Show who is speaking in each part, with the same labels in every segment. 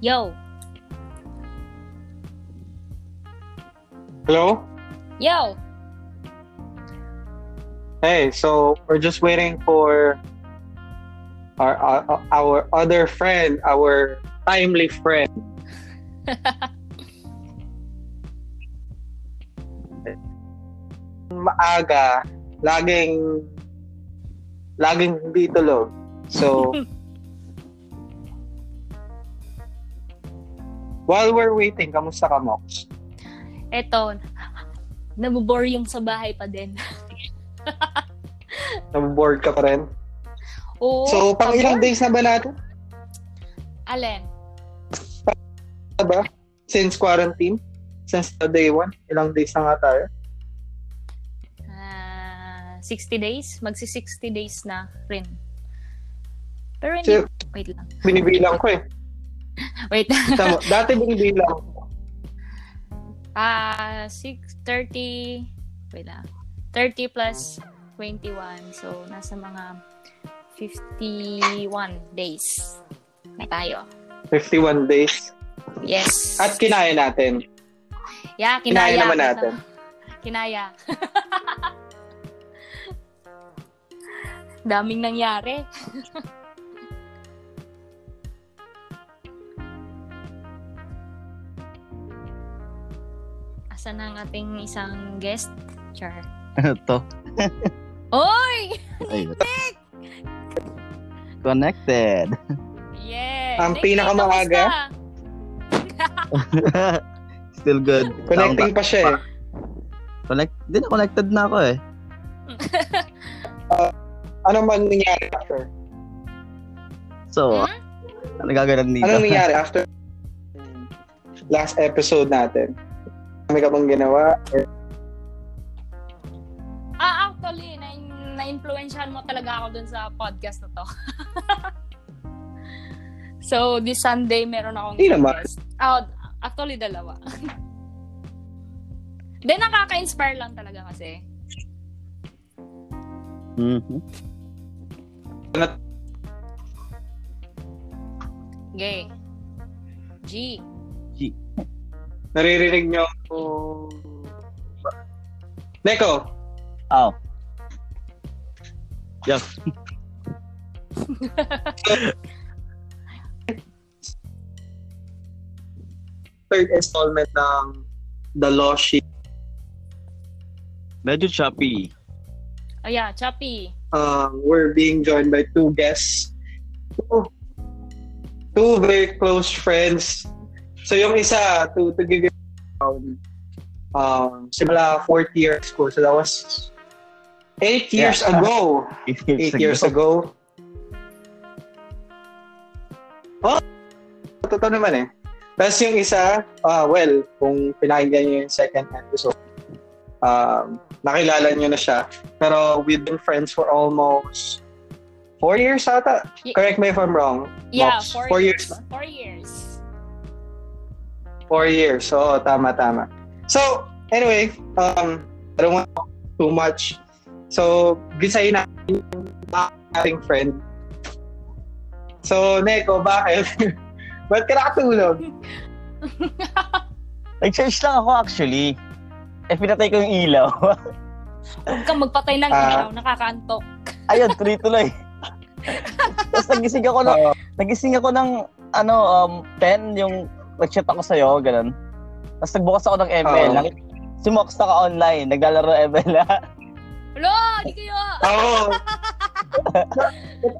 Speaker 1: Yo!
Speaker 2: Hello?
Speaker 1: Yo!
Speaker 2: Hey, so we're just waiting for our our, our other friend, our timely friend. Maaga, laging laging hindi tulog. So While we're waiting, kamusta ka, Mox?
Speaker 1: Eto, nabobore yung sa bahay pa din.
Speaker 2: Naboboard ka pa rin?
Speaker 1: Oo.
Speaker 2: So, pang ilang
Speaker 1: pabor.
Speaker 2: days na ba natin?
Speaker 1: Alin?
Speaker 2: Na ba? Since quarantine? Since the day one? Ilang days na nga tayo?
Speaker 1: Ah, 60 days? Magsi 60 days na rin. Pero hindi.
Speaker 2: Kasi
Speaker 1: Wait lang.
Speaker 2: binibilang ko eh.
Speaker 1: Wait.
Speaker 2: Tama, dati binibilang ko.
Speaker 1: Ah, 6, 30, wait lang. 30 plus 21. So, nasa mga 51 days na tayo.
Speaker 2: 51 days.
Speaker 1: Yes.
Speaker 2: At kinaya natin.
Speaker 1: yeah,
Speaker 2: kinaya
Speaker 1: kinaya.
Speaker 2: naman natin.
Speaker 1: Kinaya. Daming nangyari. Asan na ang ating isang guest? Char.
Speaker 3: Ano to?
Speaker 1: Oy!
Speaker 3: Ayun. Connected.
Speaker 1: Yes!
Speaker 2: Ang
Speaker 1: Nick,
Speaker 2: pinakamaaga.
Speaker 1: Nick, kamusta?
Speaker 3: Still good.
Speaker 2: Connecting pa siya eh.
Speaker 3: Connect. Di na connected na ako eh.
Speaker 2: Ano man nangyari after?
Speaker 3: So,
Speaker 1: Hmm?
Speaker 3: ano gagawin dito?
Speaker 2: Anong nangyari after last episode natin? Kami ka bang ginawa? Or
Speaker 1: Ah, actually, na- na-influensyahan mo talaga ako dun sa podcast na to. so, this Sunday, meron akong
Speaker 2: Hindi naman.
Speaker 1: guest. Ah, actually, dalawa. Then, nakaka-inspire lang talaga kasi.
Speaker 3: Mhm.
Speaker 1: Gay. G.
Speaker 2: naririnig niyo ako? Neko,
Speaker 3: Ow.
Speaker 2: third installment ng The Law Sheet.
Speaker 3: Medyo choppy.
Speaker 1: Oh, yeah. Choppy.
Speaker 2: Um, we're being joined by two guests. Two, two very close friends. So yung isa, to, to give you um, um, simula fourth year school. So that was eight
Speaker 3: Yeah.
Speaker 2: years ago. Eight years ago. Oh, totoo naman eh. Tapos yung isa, ah well, kung pinakinggan niyo yung second episode, um, nakilala niyo na siya. Pero we've been friends for almost four years ata.
Speaker 1: Y-
Speaker 2: Correct me if I'm wrong.
Speaker 1: Yeah,
Speaker 2: Mox,
Speaker 1: four,
Speaker 2: four
Speaker 1: years.
Speaker 2: years ba?
Speaker 1: Four years.
Speaker 2: Four years. So, tama, tama. So, anyway, um, I don't want to talk too much. So, gisayin natin yung ating friend. So, Neko, bakit? Ba't ka nakatulog?
Speaker 3: Nag-charge lang ako actually. Eh, pinatay ko yung ilaw.
Speaker 1: Huwag kang magpatay ng
Speaker 2: Ah.
Speaker 1: ilaw. Nakakaantok.
Speaker 3: Ayun, tuloy tuloy. Tapos nagising ako ng,
Speaker 2: Oo.
Speaker 3: nagising ako ng, ano, um, 10, yung nag-chat ako sa'yo, ganun. Tapos nagbukas ako ng ML.
Speaker 2: Oo.
Speaker 3: Nakita- Si Mox naka online, naglalaro ML.
Speaker 1: Hello! Di kayo!
Speaker 2: Oo.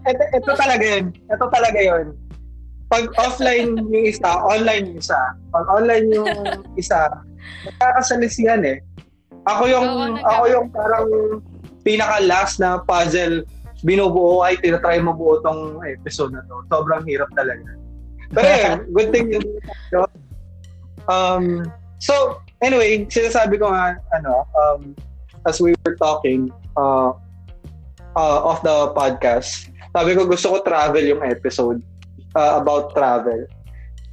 Speaker 2: ito, ito talaga yun. Ito talaga yun. Pag offline yung isa, online yung isa. Pag online yung isa, nakakasalisihan eh. Ako yung,
Speaker 1: Oo, nagkaka-
Speaker 2: ako yung parang pinaka-last na puzzle binubuo ay tinatry mabuo tong episode na to. Sobrang hirap talaga. Pero yun, good thing yun. Um, so, anyway, sinasabi ko nga, ano, um, as we were talking, uh, uh, of the podcast, sabi ko gusto ko travel yung episode uh, about travel.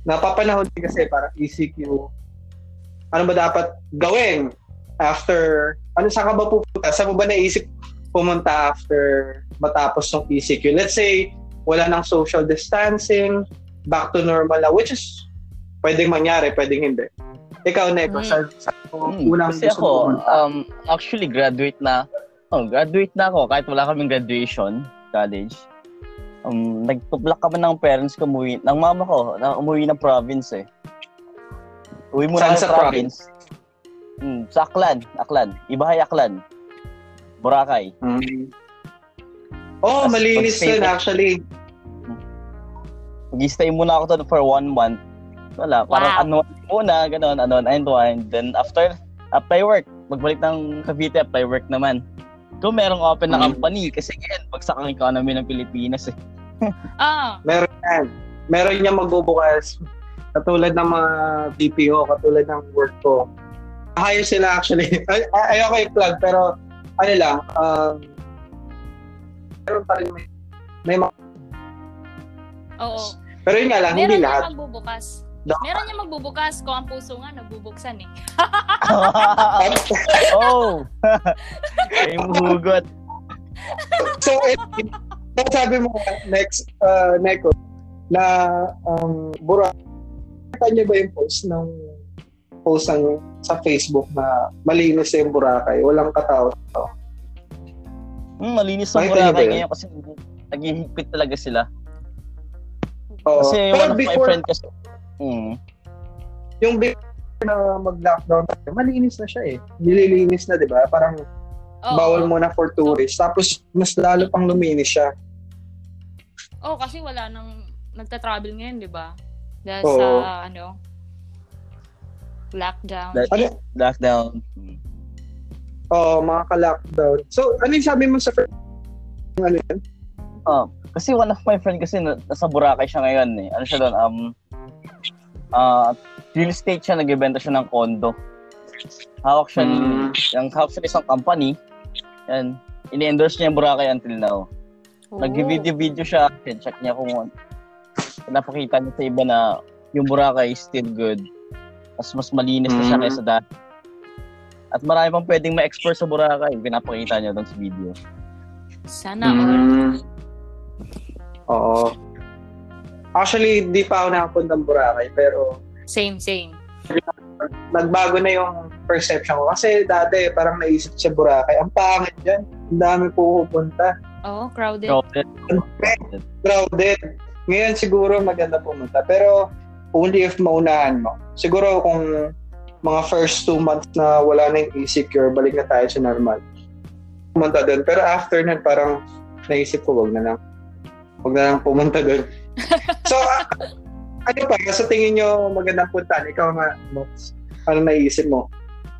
Speaker 2: Napapanahon din kasi para ECQ, ano ba dapat gawin after, ano saan ka ba pupunta? Saan mo ba naisip E pumunta after matapos ng ECQ? Let's say, wala ng social distancing, back to normal na, which is pwedeng mangyari, pwedeng hindi. Ikaw, Neko,
Speaker 1: Mm.
Speaker 2: sa, sa
Speaker 3: Hmm,
Speaker 2: unang
Speaker 3: kasi
Speaker 2: gusto mo
Speaker 3: ako,
Speaker 2: pumunta?
Speaker 3: um, actually, graduate na. Oh, graduate na ako. Kahit wala kaming graduation, college. Um, nagtuplak kami ng parents ko umuwi, ng mama ko, na umuwi ng province eh. Uwi muna
Speaker 2: Saan
Speaker 3: ng
Speaker 2: sa
Speaker 3: province. Hmm, sa Aklan, Aklan. Ibahay Aklan. Boracay.
Speaker 2: Mm. Oh,
Speaker 3: Tapos
Speaker 2: malinis
Speaker 3: ah, pag-stay
Speaker 2: yun
Speaker 3: ko-
Speaker 2: actually.
Speaker 3: Mag-stay muna ako doon for one month. Wala, parang
Speaker 1: Wow.
Speaker 3: ano muna, ganun, ano, and one. Then after, apply work. Magbalik ng Cavite, apply work naman. Kung merong open na
Speaker 2: Mm.
Speaker 3: company, kasi again, bagsak ang economy ng Pilipinas eh.
Speaker 1: Ah,
Speaker 2: Meron yan. Meron niya magbubukas. Katulad ng mga BPO, katulad ng work ko. Hire sila actually. Ay, ay- ayoko i-plug, pero ano lang, um, meron pa rin may, may mga,
Speaker 1: oo.
Speaker 2: pero yun nga lang, hindi
Speaker 1: Meron
Speaker 2: lahat.
Speaker 1: niya magbubukas.
Speaker 2: Dapat-
Speaker 1: Meron niya magbubukas kung ang puso nga nabubuksan eh.
Speaker 3: oh! Ay, hugot.
Speaker 2: so, eh, so sabi mo next uh, Neko na um, Bura nakita niyo ba yung post ng post ng sa Facebook na malinis yung Boracay walang katao
Speaker 3: Hmm, malinis ang
Speaker 2: Nakita niyo ba
Speaker 3: Boracay
Speaker 2: yun?
Speaker 3: ngayon kasi naghihigpit talaga sila.
Speaker 2: Oo.
Speaker 3: Kasi
Speaker 2: Oh,
Speaker 3: one
Speaker 2: pero
Speaker 3: of my
Speaker 2: before
Speaker 3: friend kasi... Hmm.
Speaker 2: yung before na mag-lockdown malinis na siya eh nililinis na di ba parang
Speaker 1: Oo.
Speaker 2: bawal muna for tourists tapos mas lalo pang luminis siya
Speaker 1: Oo, kasi wala nang nagta-travel ngayon, di ba? Dahil
Speaker 2: Oo.
Speaker 1: sa, ano, lockdown.
Speaker 3: That-
Speaker 2: ano
Speaker 3: Lockdown. Hmm.
Speaker 2: oh mga ka-lockdown so ano yung sabi mo sa friend ano yun
Speaker 3: Oh, kasi one of my friend kasi na- nasa Boracay siya ngayon eh. Ano siya doon? Um, ah real estate siya, nagbebenta siya ng condo. Hawak siya
Speaker 2: Mm.
Speaker 3: ng,
Speaker 1: Hmm.
Speaker 3: yung hawak siya ng isang company. Yan. Ini-endorse niya yung Boracay until now.
Speaker 1: Oo.
Speaker 3: Nag-video-video siya. Check niya kung napakita niya sa iba na yung Boracay is still good. Mas mas malinis na siya
Speaker 1: Hmm.
Speaker 2: Mm.
Speaker 3: kaysa dati. At marami pang pwedeng ma-export sa Boracay. Pinapakita niya doon sa video.
Speaker 1: Sana.
Speaker 2: Mm. Oo. Actually, di pa ako nakapunta ng Boracay, pero
Speaker 1: Same, same.
Speaker 2: nagbago na yung perception ko. Kasi dati, parang naisip sa Boracay, ang pangit dyan. Ang dami pupunta.
Speaker 1: Oo, crowded.
Speaker 3: Crowded.
Speaker 2: Crowded. Ngayon siguro maganda pumunta. Pero only if maunahan mo. Siguro kung mga first two months na wala na yung e-secure, balik na tayo sa normal. Pumunta doon. Pero after nun, parang naisip ko, wag na lang. Wag na lang pumunta doon. so, ah, ano pa? Sa tingin nyo magandang puntahan? Ikaw nga, Mox. Ano naisip mo?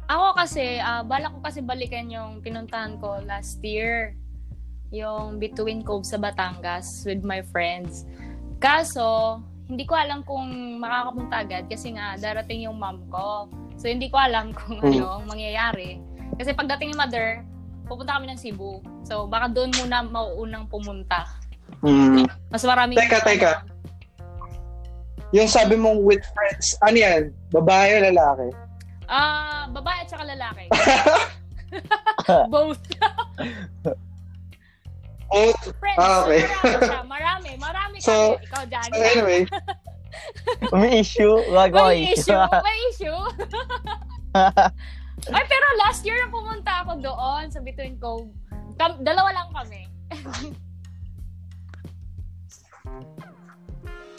Speaker 1: Ako kasi, ah, balak ko kasi balikan yung pinuntahan ko last year. Yung Between Cove sa Batangas with my friends. Kaso, hindi ko alam kung makakapunta agad kasi nga darating yung mom ko. So, hindi ko alam kung
Speaker 2: Hmm.
Speaker 1: ano ang mangyayari. Kasi pagdating ni mother, pupunta kami ng Cebu. So, baka doon muna mauunang pumunta.
Speaker 2: Hmm.
Speaker 1: Mas maraming...
Speaker 2: Teka, teka. Yung sabi mong with friends, ano yan? Babae o lalaki?
Speaker 1: Ah, babae at saka lalaki. Both.
Speaker 2: Oh,
Speaker 1: Friends.
Speaker 2: Ah, okay.
Speaker 1: Marami siya. Marami. Marami
Speaker 2: So, eh,
Speaker 1: kami. Ikaw, Johnny.
Speaker 2: anyway.
Speaker 3: May issue. Gagawa
Speaker 1: May issue. May issue. Ay, pero last year nung pumunta ako doon sa Between Cove. Kam- dalawa lang kami.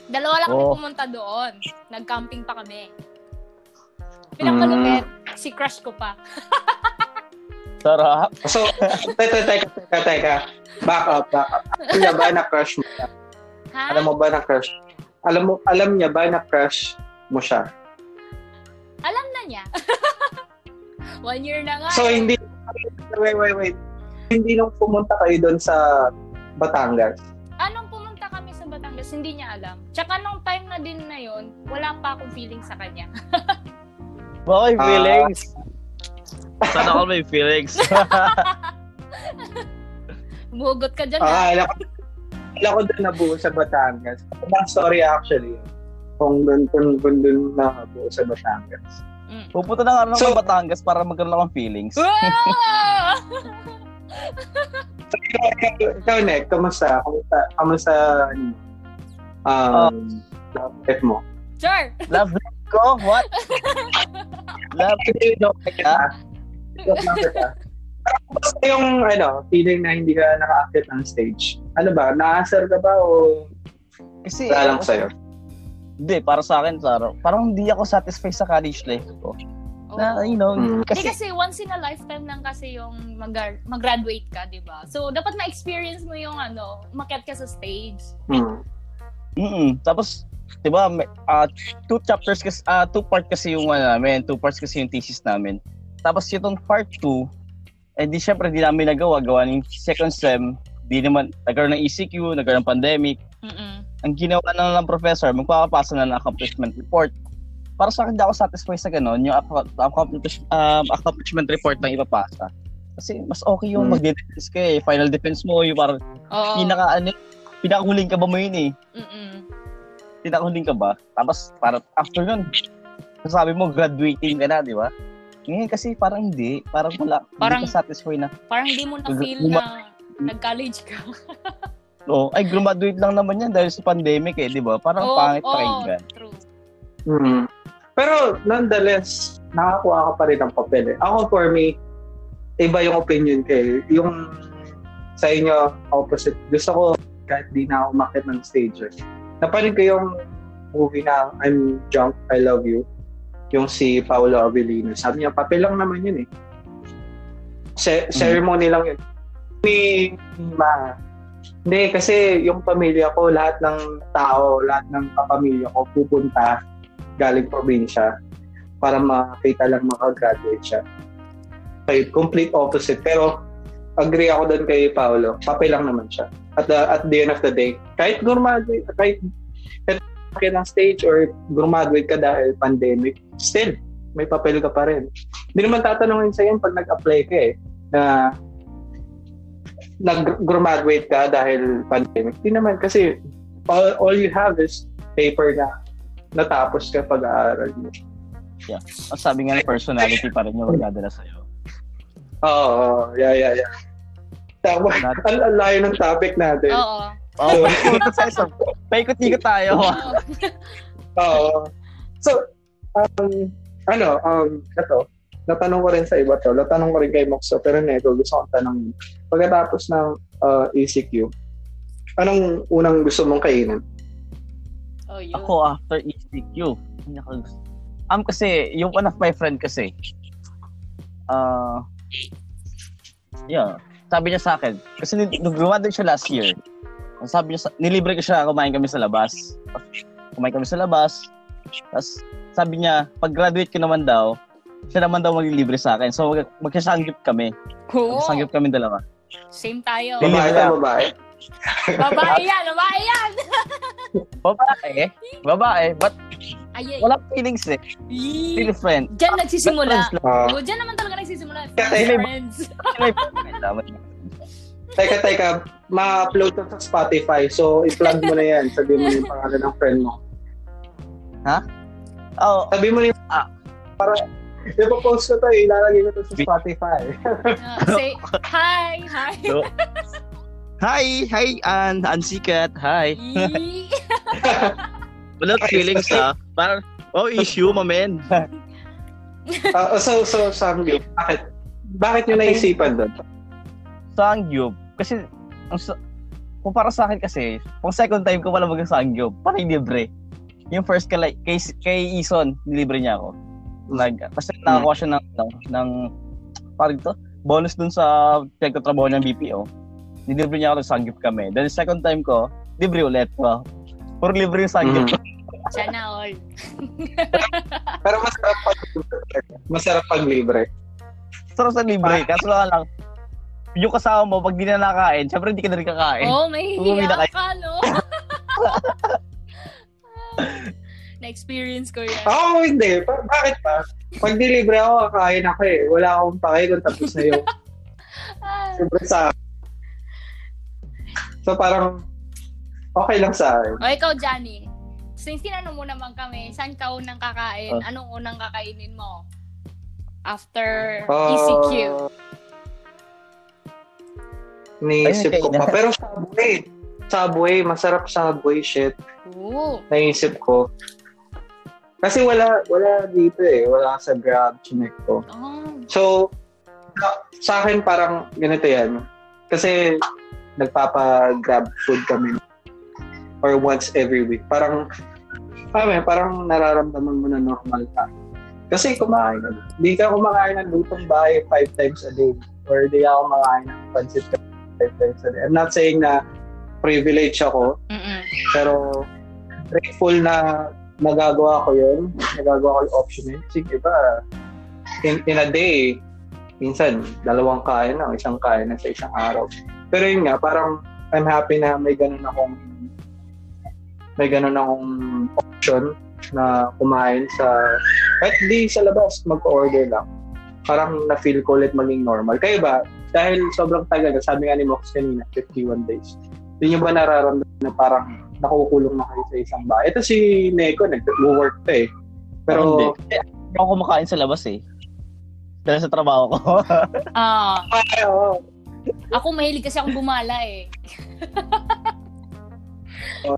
Speaker 1: dalawa lang kami
Speaker 3: Oh.
Speaker 1: pumunta doon. Nag-camping pa kami. Pinakamalupit,
Speaker 2: Mm.
Speaker 1: si crush ko pa.
Speaker 3: Sarap.
Speaker 2: So, teka, teka, teka, teka. Back up, back up. Alam niya ba na crush mo? siya?
Speaker 1: Ha?
Speaker 2: Alam mo ba na crush? Alam mo, alam niya ba na crush mo siya?
Speaker 1: Alam na niya. One year na nga.
Speaker 2: So,
Speaker 1: eh.
Speaker 2: hindi, wait, wait, wait. Hindi nung pumunta kayo doon sa Batangas.
Speaker 1: anong pumunta kami sa Batangas, hindi niya alam. Tsaka nung time na din na yon, wala pa akong feeling sa kanya.
Speaker 3: Bakit
Speaker 2: Ah.
Speaker 3: feelings? Sana ako may feelings.
Speaker 1: Bugot ka dyan, ha?
Speaker 2: Ah, alam ko, alam ko doon nabuo sa Batangas. Ang story actually, kung doon, kung doon, doon nabuo sa Batangas.
Speaker 3: Ah.
Speaker 1: Mm.
Speaker 3: Pupunta na nga lang
Speaker 2: So-
Speaker 3: ng Batangas para magkaroon akong feelings.
Speaker 1: Wow!
Speaker 2: So, ikaw, ikaw, ikaw, Nick, kamusta? Kamusta, kamusta, ano, um, love life mo?
Speaker 1: Sure!
Speaker 3: Love life ko? What? Love life ko? Teka.
Speaker 2: Love life ka? Basta yung ano, feeling na hindi ka naka-active ng stage. Ano ba? Naasar ka ba o
Speaker 3: Kasi, eh,
Speaker 2: wala lang sa'yo?
Speaker 3: Hindi, para sa akin, Taro. Parang hindi ako satisfied sa college life ko.
Speaker 1: Oh.
Speaker 3: Na, you know,
Speaker 2: Mm.
Speaker 1: Kasi,
Speaker 3: kasi,
Speaker 1: kasi once in a lifetime lang kasi yung mag- mag-graduate ka, di ba? So, dapat ma-experience mo yung ano, umakyat ka sa stage.
Speaker 2: Hmm.
Speaker 3: mm Tapos, di ba, may- ah, two chapters, kasi, ah, two part kasi yung ano namin, two parts kasi yung thesis namin. Tapos, itong part two, eh di syempre, di namin nagawa, gawa ng second sem, di naman, nagkaroon ng ECQ, nagkaroon ng pandemic.
Speaker 1: Mm-mm.
Speaker 3: Ang ginawa na lang ng professor, magpapapasa na ng accomplishment report. Para sa akin, di ako satisfied sa ganun, yung acco- accomplish, um, accomplishment report na ipapasa. Kasi mas okay yung
Speaker 2: Mm.
Speaker 3: mag-defense ka eh. Final defense mo, yung parang
Speaker 1: Oo.
Speaker 3: pinaka ano, pinakahuling ka ba mo yun eh
Speaker 1: Mm-mm.
Speaker 3: tinakuling ka ba? Tapos para after nun, sabi mo graduating ka na, di ba? Ngayon kasi parang hindi, parang wala,
Speaker 1: Parang-
Speaker 3: hindi ka satisfied na.
Speaker 1: Parang di mo na-feel na
Speaker 3: Uma-
Speaker 1: nag-college ka.
Speaker 3: Oh, ay graduate lang naman yan dahil sa pandemic eh, di ba? Parang
Speaker 1: Oo,
Speaker 3: pangit
Speaker 1: oo,
Speaker 3: pakinggan.
Speaker 1: true.
Speaker 2: Hmm. Pero nonetheless, nakakuha ka pa rin ng papel eh. Ako for me, iba yung opinion ko eh. Yung sa inyo, opposite. Gusto ko kahit di na ako umakit ng stages. Napanood ko yung movie na I'm Drunk, I Love You. Yung si Paolo Avellino. Sabi niya, papel lang naman yun eh. Ce- Ceremony lang yun. May ma hindi, kasi yung pamilya ko, lahat ng tao, lahat ng kapamilya ko pupunta galing probinsya para makita lang makagraduate siya. Okay, complete opposite. Pero agree ako doon kay Paolo. Papel lang naman siya. At the, at the end of the day, kahit graduate, kahit kahit ng stage or graduate ka dahil pandemic, still, may papel ka pa rin. Hindi naman tatanungin sa yan pag nag-apply ka eh, na nag-graduate ka dahil pandemic. Hindi naman kasi all, all you have is paper na natapos ka pag-aaral mo.
Speaker 3: Ang sabi nga ng personality pa rin yung magdadala sa'yo.
Speaker 2: Oo, oh, yeah, yeah, yeah. Tama.
Speaker 3: Not,
Speaker 2: Ang ang layo ng topic natin.
Speaker 1: Oo.
Speaker 3: oh, paikot sa isang, paikot-ikot tayo.
Speaker 1: Oo.
Speaker 2: Oo. So, um, ano, um, ito, natanong ko rin sa iba to. Natanong ko rin kay Moxo, pero neto, gusto kong tanongin. Pagkatapos ng uh, ECQ, anong unang gusto mong kainin?
Speaker 1: Oh, yun.
Speaker 3: Ako after E ECQ, pinakagusto. Um, kasi, yung one of my friend kasi, ah, yeah, sabi niya sa akin, kasi nung- nung graduate siya last year, ang sabi niya, sa, nilibre ko siya, kumain kami sa labas. Kumain kami sa labas, tapos sabi niya, pag graduate ko naman daw, siya naman daw maglilibre sa akin. So, mag- magsasanggip kami.
Speaker 1: Cool.
Speaker 3: Magsasanggip kami dalawa.
Speaker 1: Same tayo.
Speaker 3: Dili-
Speaker 2: Babae
Speaker 3: lang.
Speaker 2: ka, babae?
Speaker 1: babae yan, babae yan!
Speaker 3: Babae, babae, but
Speaker 1: Ay, ay.
Speaker 3: wala feelings eh.
Speaker 1: Yee.
Speaker 3: Still friend.
Speaker 1: Diyan nagsisimula.
Speaker 3: But friends lang.
Speaker 2: Ah,
Speaker 1: Oh, diyan naman talaga nagsisimula.
Speaker 2: Kasi
Speaker 3: may-
Speaker 1: Friends.
Speaker 3: May friend naman.
Speaker 2: teka, teka, ma-upload to sa Spotify, so i-plug mo na yan. Sabi mo na yung pangalan ng friend mo.
Speaker 3: Oh,
Speaker 2: Sabi mo na yung,
Speaker 3: Ah.
Speaker 2: para, ipopost ko to, eh, ilalagay ko to sa Spotify.
Speaker 1: Ah, say, hi, hi.
Speaker 3: Hi! Hi, Ann! Ann Sikat! Hi!
Speaker 1: Yee.
Speaker 3: Walang feelings, ha? Parang, oh, issue, mamen.
Speaker 2: Ah, so, so, Samgyup, bakit? Bakit nyo naisipan doon?
Speaker 3: Sangyup. Kasi, ang sa- kung para sa akin kasi, kung second time ko pala mag-sangyup, parang libre. Yung first kay, kay, kay Ison, nilibre niya ako. Nag, kasi nakakuha siya ng, ng, ng parang ito, bonus dun sa pagtatrabaho ng BPO. Nilibre niya ako ng sangyup kami. Then second time ko, libre ulit. Wow. Puro libre yung sangyup.
Speaker 1: Sana all.
Speaker 2: Mm-hmm. Pero masarap pag masarap pag libre.
Speaker 3: Sarap sa libre. Kaso lang lang, yung kasama mo, pag di na nakain, syempre hindi ka na rin kakain.
Speaker 1: Oh, may
Speaker 3: Umuwi na
Speaker 1: hiya
Speaker 3: kayo.
Speaker 1: ka, no? Na-experience ko yan.
Speaker 2: Ako hindi. Pa- bakit pa? Pag di libre ako, kakain ako eh. Wala akong pake kung tapos na yung
Speaker 1: Ah,
Speaker 2: libre sa akin. So parang okay lang sa akin.
Speaker 1: O, Oh, ikaw, Johnny. Since tinanong mo naman kami, saan ka unang kakain?
Speaker 3: Oh.
Speaker 1: Anong unang kakainin mo? After E
Speaker 2: Ah,
Speaker 1: ECQ.
Speaker 2: Niisip ko pa.
Speaker 3: Ayun, kainan.
Speaker 2: Pero Subway. Subway, masarap Subway, shit.
Speaker 1: Ooh.
Speaker 2: Naisip ko. Kasi wala, wala dito eh. Wala sa Grab, chinek ko.
Speaker 1: Oh.
Speaker 2: So, sa- sa akin parang ganito yan. Kasi nagpapa-grab food kami or once every week. Parang, kami, parang nararamdaman mo na normal ka. Kasi kumain, hindi ka kumakain ng lutong bahay five times a day or hindi ako kumakain ng pancit five times a day. I'm not saying na privilege ako,
Speaker 1: Mm-mm.
Speaker 2: pero grateful na nagagawa ko yun. Nagagawa ko yung option yun. Sige ba, in, in a day, minsan, dalawang kain lang, isang kain na sa isang araw. Pero yun nga, parang I'm happy na may ganun akong may ganun akong option na kumain sa kahit di sa labas, mag-order lang. Parang na-feel ko ulit maging normal. Kayo ba? Dahil sobrang tagal, na, sabi nga ni Mox kanina, 51 days. Yun yung ba nararamdaman na parang nakukulong na kayo sa isang bahay? Ito si Neko, nag-work pa eh. Pero,
Speaker 3: Ah, Hindi. Hindi ako kumakain sa labas eh. Dahil sa trabaho ko.
Speaker 1: Ah,
Speaker 2: Ay, oo.
Speaker 1: ako mahilig kasi akong gumala eh.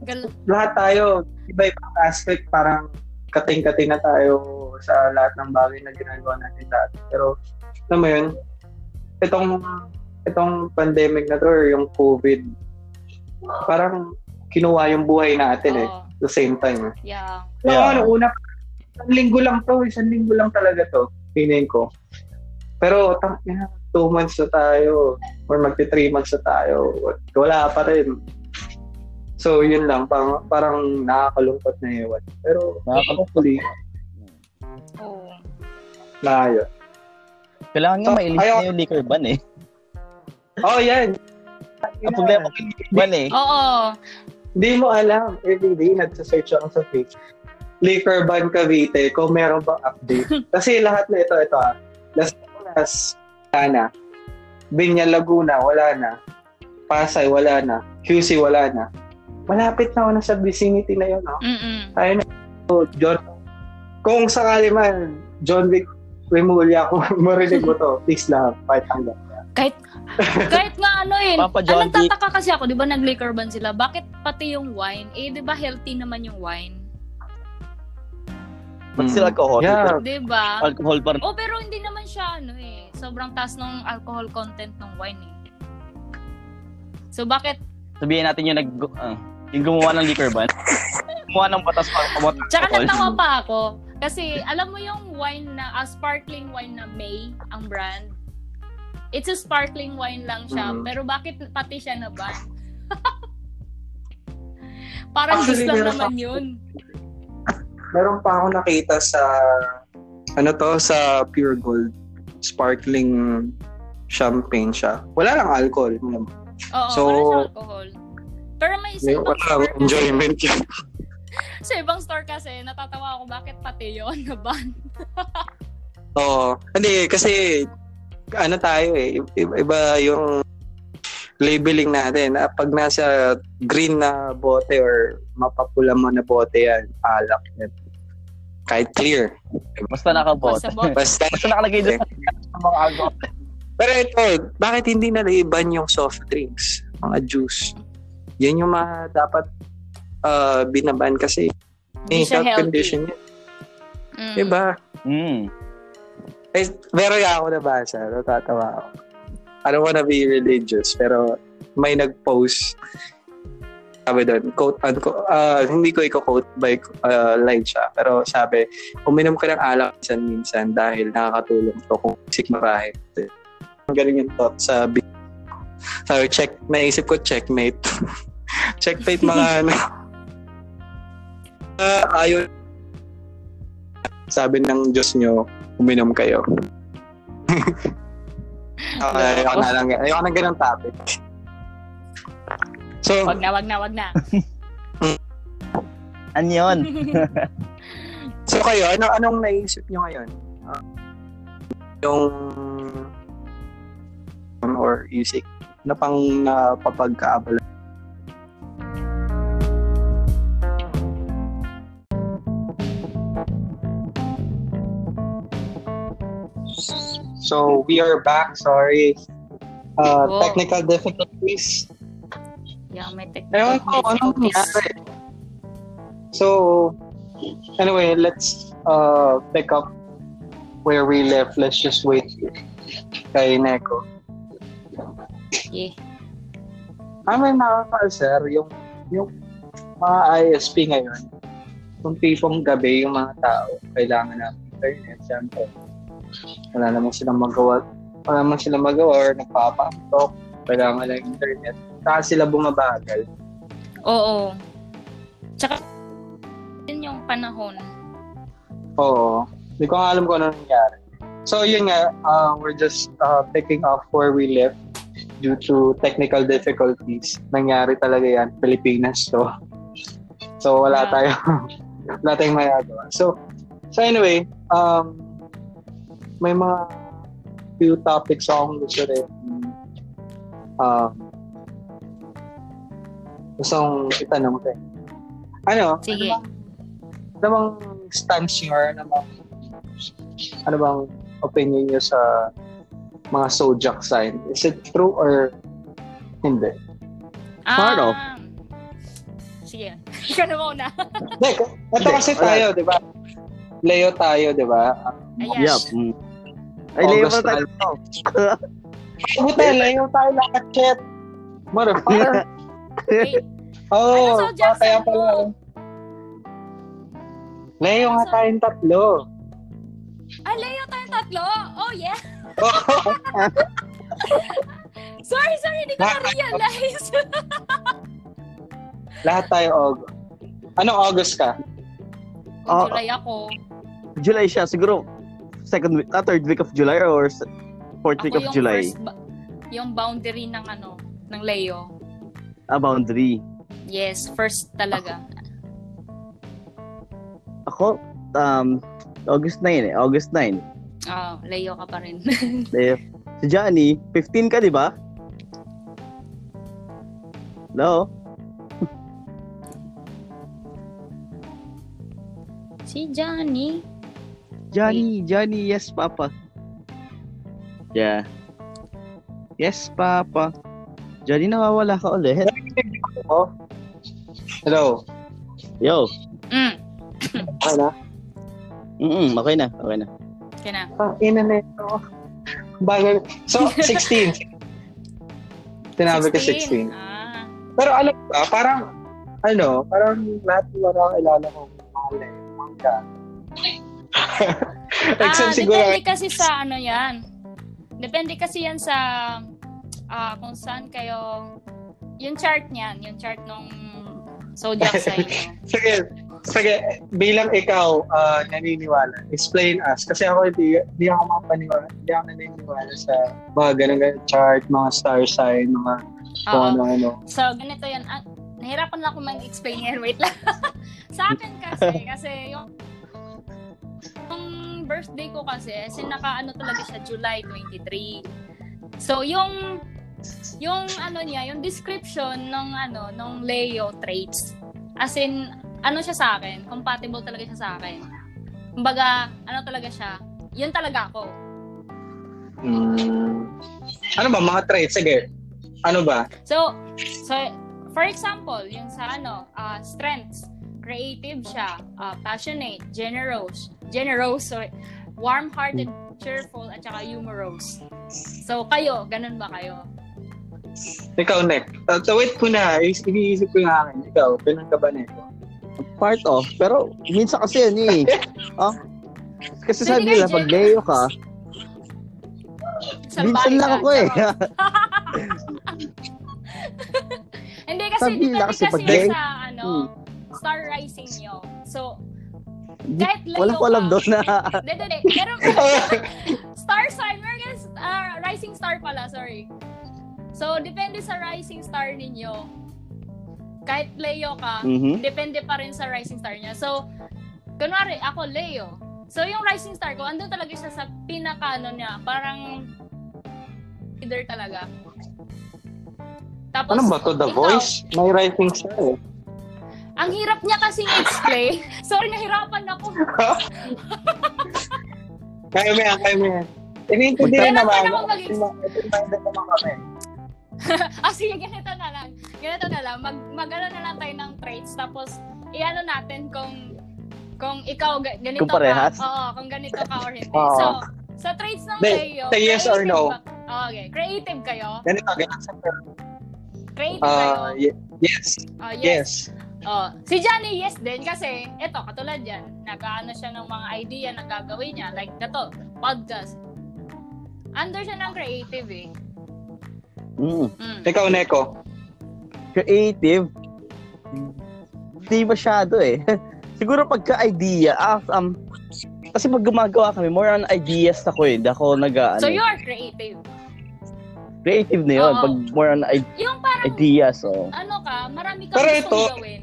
Speaker 1: Gal-
Speaker 2: lahat tayo, iba-ibang aspect, parang kating-kating na tayo sa lahat ng bagay na ginagawa natin dati. Pero, alam mo yun, itong, itong pandemic na to or yung COVID, parang kinuha yung buhay natin eh,
Speaker 1: Oo,
Speaker 2: at the same time. Eh.
Speaker 1: yeah.
Speaker 2: Yeah.
Speaker 3: Yeah.
Speaker 2: ano, una, isang linggo lang to, isang linggo lang talaga to, pinayin ko. Pero, tang, ina, two months na tayo, or magti three months na tayo, wala pa rin. So, yun lang, parang, parang nakakalungkot na iwan. Pero,
Speaker 3: Nakakalungkot.
Speaker 2: hopefully,
Speaker 1: Oo.
Speaker 2: maayos.
Speaker 3: Kailangan nga
Speaker 2: So,
Speaker 3: mailis
Speaker 2: ayaw-
Speaker 3: na yung liquor ban eh.
Speaker 2: Oh, yan!
Speaker 3: Ang problema ko yung liquor ban eh.
Speaker 1: Oo.
Speaker 2: Hindi mo alam, everyday, nagsasearch ako sa Facebook. Liquor Ban Cavite, kung meron bang update. Kasi lahat na ito, ito ah. Las Piñas, wala na. Binya Laguna, wala na. Pasay, wala na. QC, wala na. Malapit na ako na sa vicinity na yun, no?
Speaker 1: Mm-mm.
Speaker 2: Tayo na. So, John, kung sakali man, John Vic Remulla, kung marinig mo to, please lang, fight hanggang.
Speaker 1: Kahit, kahit nga ano eh.
Speaker 3: Papa John
Speaker 1: Anong tataka kasi ako, di ba nag-liquor ban sila? Bakit pati yung wine? Eh, di ba healthy naman yung wine?
Speaker 2: Mm.
Speaker 3: Ba't sila alcohol?
Speaker 2: Yeah.
Speaker 1: Di ba?
Speaker 3: Alcohol pa rin.
Speaker 1: Oh, pero hindi naman siya ano eh. Sobrang taas ng alcohol content ng wine eh. So bakit?
Speaker 3: Sabihin natin yung nag... ah, yung gumawa ng liquor ban. gumawa ng batas para kumot.
Speaker 1: Tsaka natawa pa ako. Kasi alam mo yung wine na, ah, sparkling wine na May, ang brand. It's a sparkling wine lang siya.
Speaker 2: Mhm.
Speaker 1: Pero bakit pati siya na ban? Parang
Speaker 2: Actually,
Speaker 1: gusto lang
Speaker 2: meron
Speaker 1: naman
Speaker 2: pa-
Speaker 1: yun.
Speaker 2: meron pa ako nakita sa ano to sa Pure Gold sparkling champagne siya. Wala lang alcohol. alam mo.
Speaker 1: Oo,
Speaker 2: So-
Speaker 1: wala siyang alcohol. Pero may isa ibang
Speaker 2: Wala lang
Speaker 1: store kasi-
Speaker 2: enjoyment yun.
Speaker 1: sa ibang store kasi, natatawa ako bakit pati diba? yon na ban.
Speaker 2: Oo. Hindi, kasi ano tayo eh. Iba, iba yung labeling natin. Ah, Pag nasa green na bote or mapapula mo na bote yan, alak yan. Kahit clear.
Speaker 3: Basta nakabot.
Speaker 1: Sa box.
Speaker 2: Basta
Speaker 3: Basta nakalagay doon sa mga alcohol.
Speaker 2: Pero ito, bakit hindi na naiban yung soft drinks, mga juice? Yan yung mga dapat uh, binaban kasi
Speaker 1: Hindi siya
Speaker 2: may Eh, health
Speaker 1: healthy.
Speaker 2: condition yun.
Speaker 1: Mm.
Speaker 2: Diba?
Speaker 3: Mm.
Speaker 2: Eh, meron nga ako nabasa, natatawa ako. I don't wanna be religious, pero may nag-post sabi doon, quote unquote, ah, hindi ko i-quote by ah, line siya, pero sabi, uminom ka ng alak minsan-minsan dahil nakakatulong to kung isik marahe. Ang galing yung thought sa bi- Sabi, check, naisip ko checkmate. checkmate mga ano. Ah, ayun. Sabi ng Diyos nyo, uminom kayo. okay, ayoko na lang. Ayoko na ganun topic. So,
Speaker 1: Wag na, wag na, wag na.
Speaker 3: Ano yun?
Speaker 2: So kayo, ano anong naisip nyo ngayon? Ah, yung um, or music na pang ah, napapagkaabala. So, we are back. Sorry. Uh,
Speaker 1: Oo.
Speaker 2: Technical difficulties.
Speaker 1: Yeah, may technical
Speaker 2: Ewan ko, anong nangyari?
Speaker 1: difficulties.
Speaker 2: So, anyway, let's uh, pick up where we left. Let's just wait kay Neko.
Speaker 1: Yeah.
Speaker 2: Ah, may nakaka-sir, yung, yung mga ISP ngayon, kung tipong gabi yung mga tao, kailangan ng internet, siyempre. Wala naman silang magawa. Wala naman silang magawa or nagpapantok. Kailangan ng internet. Saka sila bumabagal.
Speaker 1: Oo. Tsaka, yun yung panahon.
Speaker 2: Oo. Hindi ko nga alam kung ano nangyari. So, yun nga, uh, we're just uh, picking up where we left due to technical difficulties. Nangyari talaga yan, Pilipinas to. So, wala
Speaker 1: Yeah.
Speaker 2: tayo, wala tayong magagawa. So, so anyway, um, may mga few topics akong gusto rin um, gustong itanong ko. eh. Ano?
Speaker 1: Sige.
Speaker 2: Ano bang, ano bang stance nyo or ano bang, ano bang opinion nyo sa mga zodiac sign? Is it true or hindi?
Speaker 3: Part of.
Speaker 1: Ah, Sige. Ikaw na muna.
Speaker 2: Like, ito
Speaker 3: Hindi,
Speaker 2: kasi
Speaker 3: wala.
Speaker 2: tayo, di ba? Leo tayo, di ba?
Speaker 1: Ayan.
Speaker 3: Yup. Mm. Ay, layo
Speaker 2: August
Speaker 3: pa tayo.
Speaker 2: Buta, Leo tayo lahat, shit! Motherfucker!
Speaker 1: Wait.
Speaker 2: Oo,
Speaker 1: Ano zodiac sign
Speaker 2: kaya pala.
Speaker 1: mo?
Speaker 2: Leo nga tayong tatlo.
Speaker 1: Ah, Leo tayong tatlo. Oh, yeah. Sorry, sorry. Hindi ko
Speaker 2: Ah,
Speaker 1: na-realize.
Speaker 2: lahat tayo August. Anong August ka?
Speaker 3: Oh.
Speaker 1: July ako.
Speaker 3: July siya, siguro second week, ah, third week of July or s- fourth
Speaker 1: Ako
Speaker 3: week of
Speaker 1: yung
Speaker 3: July.
Speaker 1: first ba- yung boundary ng ano, ng Leo.
Speaker 3: Ah, boundary.
Speaker 1: Yes, first talaga.
Speaker 3: Ako, um, August 9 eh, August 9.
Speaker 1: Ah, Leo ka pa rin.
Speaker 3: Eh, si Johnny, 15 ka, di ba? Hello?
Speaker 1: si Johnny.
Speaker 4: Johnny, Johnny, yes, Papa.
Speaker 3: Yeah.
Speaker 4: Yes, Papa. Johnny, nawawala ka ulit.
Speaker 2: Oh. Hello.
Speaker 3: Yo.
Speaker 1: Mm,
Speaker 2: Ano?
Speaker 3: Mm-mm, okay na, okay na.
Speaker 1: yun na.
Speaker 2: Ang Ah, ina na ito. Bagal. So, 16. Sinabi ko 16.
Speaker 1: Ah,
Speaker 2: Pero alam ba, parang, ano, parang lahat ng mga kakilala ko, mahal na yun, mga ka- Except
Speaker 1: Ah,
Speaker 2: siguro,
Speaker 1: depende kasi sa ano yan. Depende kasi yan sa ah, kung saan kayo yung chart niyan, yung chart nung zodiac sign niyo.
Speaker 2: sige, sige, bilang ikaw, ah, naniniwala, explain us. Kasi ako, hindi, hindi ako mapaniwala, hindi ako naniniwala sa mga ganun-ganun chart, mga star sign, mga kung
Speaker 1: Oo.
Speaker 2: ano-ano.
Speaker 1: So, ganito yan. Ang, nahirapan lang ako mag-explain yan. Wait lang. sa akin kasi, kasi yung, yung birthday ko kasi, kasi naka ano talaga siya, July 23. So, yung yung ano niya, yung description ng ano, ng Leo traits. As in, ano siya sa akin, compatible talaga siya sa akin. Kumbaga, ano talaga siya, yun talaga ako.
Speaker 2: Mm. Ano ba, mga traits? Sige, ano ba?
Speaker 1: So, so for example, yung sa ano, ah, strengths, creative siya, ah, passionate, generous, generous, sorry, warm-hearted, cheerful, at saka humorous. So, kayo, ganun ba kayo?
Speaker 2: Ikaw, Nick. Uh, so, wait ko na. Is- Iniisip ko yung akin. Ikaw, ganun ka ba, Nick?
Speaker 3: Part of, pero minsan kasi yan eh. Ah, kasi sabi
Speaker 1: Pwede
Speaker 3: nila,
Speaker 1: kayo,
Speaker 3: pag
Speaker 1: Jay.
Speaker 3: Leo ka,
Speaker 1: Sa ano?
Speaker 3: minsan
Speaker 1: bahay
Speaker 3: lang
Speaker 1: ka,
Speaker 3: ako eh.
Speaker 1: charot. Hindi kasi,
Speaker 3: Sabi nila
Speaker 1: depende
Speaker 3: kasi
Speaker 1: kasi,
Speaker 3: pag Hmm. gay-
Speaker 1: sa ano, star rising nyo. So,
Speaker 3: Di-
Speaker 1: kahit layo
Speaker 3: Wala ko alam
Speaker 1: ka-
Speaker 3: doon na.
Speaker 1: Hindi, hindi, hindi. Pero, star sign, or guess, ah, rising star pala, sorry. So, depende sa rising star ninyo. Kahit Leo ka,
Speaker 3: Mhm.
Speaker 1: depende pa rin sa rising star niya. So, kunwari, ako Leo. So, yung rising star ko, andun talaga siya sa pinakano niya. Parang leader talaga. Tapos,
Speaker 2: Ano ba to? The
Speaker 1: ikaw,
Speaker 2: Voice? May rising star eh.
Speaker 1: Ang hirap niya kasing explain. sorry, nahirapan ako.
Speaker 2: Kaya mo yan, kaya mo yan. Iniintindihan
Speaker 1: Magta-
Speaker 2: naman.
Speaker 1: Kailangan ko na mag-explain.
Speaker 2: Open-minded naman kami.
Speaker 1: Ah, sige, ganito na lang. ganito na lang, mag, mag ano na lang tayo ng traits, tapos, i-ano natin kung, kung ikaw, ga- ganito
Speaker 3: Kung parehas?
Speaker 1: ka, oo, kung ganito ka or hindi.
Speaker 2: Oo.
Speaker 1: So, sa traits ng
Speaker 2: Then,
Speaker 1: kayo,
Speaker 2: say yes or
Speaker 1: creative
Speaker 2: no.
Speaker 1: ba- Oh, okay, creative kayo,
Speaker 2: Ganito, ganito.
Speaker 1: creative
Speaker 2: Ah,
Speaker 1: kayo.
Speaker 2: ye- yes,
Speaker 1: Oh, yes.
Speaker 2: yes.
Speaker 1: Oh, si Johnny, yes din kasi eto katulad yan, nag-ano siya ng mga idea na gagawin niya like na to, podcast. Under siya ng creative eh.
Speaker 3: Mm.
Speaker 1: Mm.
Speaker 2: Ikaw, Neko.
Speaker 3: Creative? Hindi masyado eh. Siguro pagka-idea, ah, um, kasi pag gumagawa kami, more on ideas ako eh. Hindi ako nag, ano,
Speaker 1: So you're creative.
Speaker 3: creative na yun.
Speaker 1: Oo.
Speaker 3: Pag more on i-
Speaker 1: Yung parang
Speaker 3: ideas, oh.
Speaker 1: ano ka, marami kang
Speaker 2: Pero
Speaker 1: gustong
Speaker 2: ito-
Speaker 1: gawin.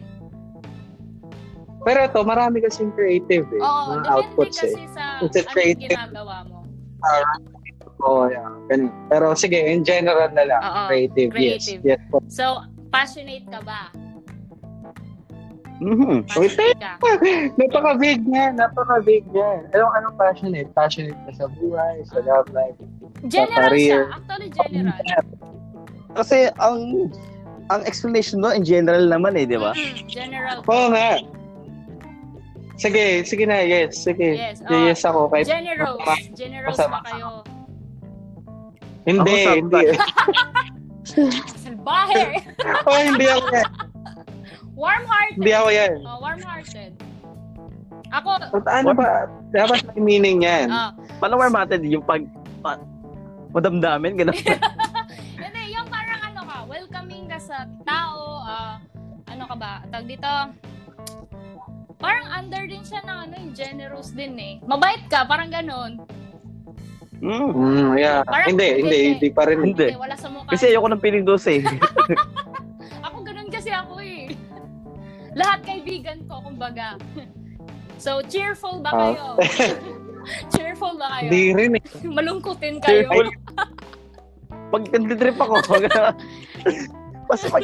Speaker 2: Pero ito, marami kasing creative eh.
Speaker 1: Oo,
Speaker 2: Mga
Speaker 1: depende
Speaker 2: outputs
Speaker 1: kasi
Speaker 2: eh.
Speaker 1: sa
Speaker 2: It's a
Speaker 1: anong
Speaker 2: creative-
Speaker 1: ginagawa mo.
Speaker 2: Oo, yeah. Ganun. Pero sige, in general na lang.
Speaker 1: Oo,
Speaker 2: creative,
Speaker 1: creative.
Speaker 2: yes. Yes. po.
Speaker 1: So, passionate ka ba?
Speaker 3: Mhm.
Speaker 2: Oh,
Speaker 1: Passionate ka.
Speaker 2: Napaka-big niya. Napaka-big niya. Anong, anong passionate? Passionate ka sa buhay,
Speaker 1: Mm.
Speaker 2: sa love life.
Speaker 1: General
Speaker 2: career.
Speaker 1: siya, actually general.
Speaker 3: Kasi ang ang explanation mo in general naman eh, di ba?
Speaker 1: Mm, General.
Speaker 2: Oo nga. Sige, sige na, yes. Sige.
Speaker 1: Yes,
Speaker 2: Yes,
Speaker 1: oo.
Speaker 2: ako. Kahit,
Speaker 1: Generals. Generals ba
Speaker 2: Masama.
Speaker 1: kayo?
Speaker 2: hindi,
Speaker 3: Ako sa-
Speaker 2: hindi.
Speaker 1: Salbahe!
Speaker 2: oh, hindi ako yan.
Speaker 1: Warm-hearted.
Speaker 2: Hindi ako yan.
Speaker 1: Oh, warm-hearted. Ako,
Speaker 2: At ano ba? Dapat may meaning yan.
Speaker 1: ah,
Speaker 3: Paano warm hearted yung pag, pa, madamdamin, gano'n?
Speaker 1: hindi, yung parang ano ka, welcoming ka sa tao, ah, ano ka ba, tag dito, parang under din siya ng ano, yung generous din eh. Mabait ka, parang ganun.
Speaker 3: mm.
Speaker 2: Mm, yeah.
Speaker 1: Parang
Speaker 2: hindi, hindi,
Speaker 1: hindi.
Speaker 2: hindi pa rin.
Speaker 3: Hindi.
Speaker 1: Eh, wala sa mukha.
Speaker 3: Kasi ayoko ng piling dose eh.
Speaker 1: Ako ganun kasi ako eh. Lahat kaibigan ko, kumbaga. So, cheerful ba
Speaker 2: Ah.
Speaker 1: kayo? cheerful ba kayo?
Speaker 2: Hindi rin eh.
Speaker 1: Malungkutin kayo.
Speaker 3: Cheerful. pag nagtitrip ako, pag, basta pag,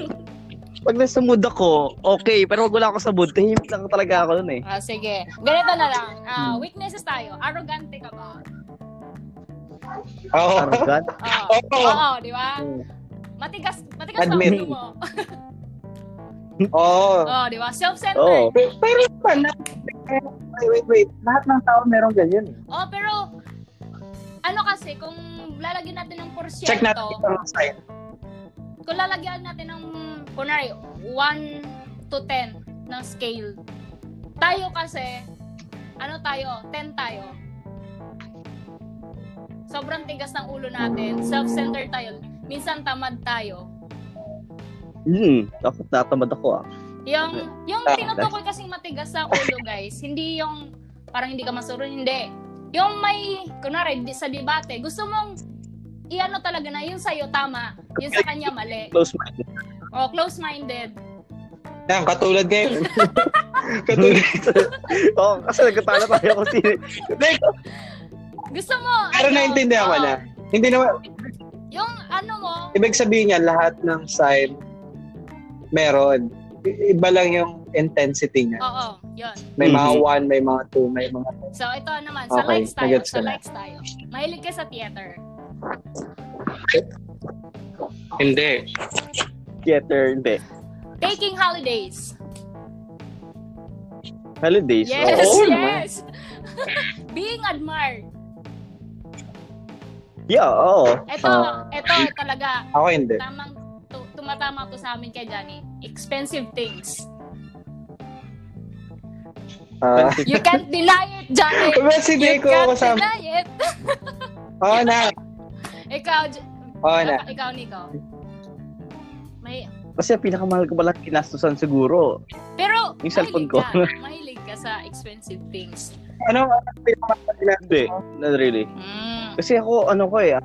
Speaker 3: pag nasa mood ako, okay. Pero pag wala ako sa mood, tahimik lang talaga ako nun eh.
Speaker 1: Ah, sige. Ganito na lang. Ah, weaknesses tayo. Arrogante ka ba?
Speaker 2: Oo.
Speaker 3: Arrogant.
Speaker 1: Oo.
Speaker 2: Oo.
Speaker 1: Ah. Oo, di ba? Matigas, matigas ang
Speaker 2: Admit.
Speaker 1: ulo mo.
Speaker 2: Oo.
Speaker 1: Oo, di ba?
Speaker 3: Oo.
Speaker 1: Self-centered.
Speaker 2: Pero pero pa, na- wait, wait, wait. Lahat ng tao meron ganyan. eh.
Speaker 1: Oo, Oh, pero ano kasi, kung lalagyan natin ng porsyento,
Speaker 2: Check natin itong site.
Speaker 1: kung lalagyan natin ng, kunwari, 1 to 10 ng scale, tayo kasi, ano tayo, 10 tayo. Sobrang tigas ng ulo natin, self-centered tayo, minsan tamad tayo.
Speaker 3: Hmm. Ako, natamad ako ah.
Speaker 1: Yung yung
Speaker 2: Ah,
Speaker 1: tinutukoy kasing matigas sa ulo, guys, hindi yung parang hindi ka masurun, hindi. Yung may, kunwari, di- sa debate, gusto mong iano talaga na yung sa'yo tama, yung sa kanya mali.
Speaker 3: Close mind.
Speaker 1: O, close-minded.
Speaker 2: Yan, katulad ngayon. katulad.
Speaker 3: Oo, kasi nagkatala tayo kung sino.
Speaker 2: Like,
Speaker 1: Gusto mo,
Speaker 2: pero
Speaker 1: ano,
Speaker 2: naintindihan ko
Speaker 1: oo,
Speaker 2: na. Hindi naman,
Speaker 1: Yung ano mo,
Speaker 2: ibig sabihin niya, lahat ng sign meron. I- Iba lang yung intensity niya.
Speaker 1: oo, yun.
Speaker 2: May mga
Speaker 3: Mhm.
Speaker 2: one, may mga two, may mga...
Speaker 1: So, ito naman, sa
Speaker 2: Okay,
Speaker 1: likes tayo,
Speaker 2: nagets ko
Speaker 1: sa
Speaker 2: na.
Speaker 1: likes tayo. Mahilig ka sa theater.
Speaker 2: Hindi.
Speaker 3: Theater, hindi.
Speaker 1: Taking holidays.
Speaker 3: Holidays.
Speaker 1: Yes,
Speaker 2: Oh,
Speaker 3: Oo.
Speaker 1: yes. Being admired.
Speaker 3: Yeah, oo.
Speaker 1: Ito,
Speaker 2: Ah.
Speaker 1: ito talaga,
Speaker 2: Ako hindi.
Speaker 1: tamang tu- tumatama to sa amin kay Johnny. Expensive things.
Speaker 2: Ah,
Speaker 1: You can't deny it, Johnny.
Speaker 2: Pero si
Speaker 1: You
Speaker 2: Neko
Speaker 1: can't
Speaker 2: ako sa...
Speaker 1: deny it.
Speaker 2: Oo na.
Speaker 1: Ikaw, J-
Speaker 2: Oo na.
Speaker 1: ikaw, Nico. May,
Speaker 3: Kasi ang pinakamahal ko pala kinastusan siguro.
Speaker 1: pero,
Speaker 3: Yung cellphone
Speaker 1: mahilig
Speaker 3: ko.
Speaker 1: Ka, mahilig ka sa expensive things.
Speaker 2: Ano? ano pinaka-
Speaker 3: Hindi, not really.
Speaker 1: Mm.
Speaker 3: Kasi ako, ano ko eh,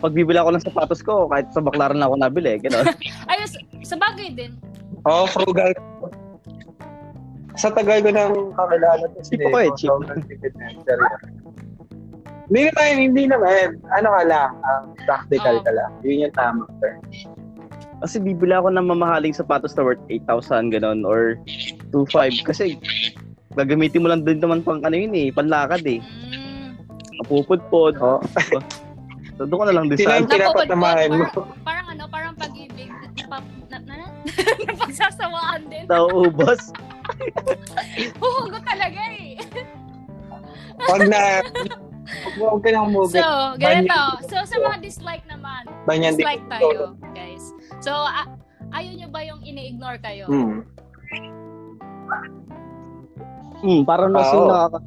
Speaker 3: pagbibila ko ng sapatos ko, kahit sa baklaran lang ako nabili, gano'n.
Speaker 1: Ayos, sa bagay din.
Speaker 2: Oo, oh, frugal. Sa tagal ko nang kakilala to si
Speaker 3: Cheap ako eh, cheap.
Speaker 2: sobrang tipid na yun, seryo. Hindi naman, hindi naman. Ano ka lang, ah, practical
Speaker 1: Oo.
Speaker 2: ka lang. Yun yung tama. sir.
Speaker 3: Kasi bibila ako ng mamahaling sapatos na worth 8,000, gano'n, or 2,500. Kasi gagamitin mo lang din naman pang ano yun eh, panlakad eh.
Speaker 1: Mm.
Speaker 3: Kapupudpod.
Speaker 2: Oo.
Speaker 3: So, doon ko na lang din
Speaker 2: Sino
Speaker 3: sa
Speaker 2: yung
Speaker 1: Napupudpud,
Speaker 2: pinapat na mahin mo?
Speaker 1: Parang ano, parang pag-ibig, na, na, na, ano? Napagsasawaan din.
Speaker 4: Nauubos.
Speaker 1: Huhugot talaga eh.
Speaker 2: Huwag na. Huwag ka nang move.
Speaker 1: So,
Speaker 2: it.
Speaker 1: ganito. So, sa mga dislike naman,
Speaker 2: Banyan din.
Speaker 1: dislike tayo, guys. So, a- ayaw nyo ba yung ini-ignore kayo?
Speaker 2: Hmm.
Speaker 4: Hmm, parang
Speaker 2: Ah,
Speaker 4: nasing
Speaker 2: oo.
Speaker 4: nakaka...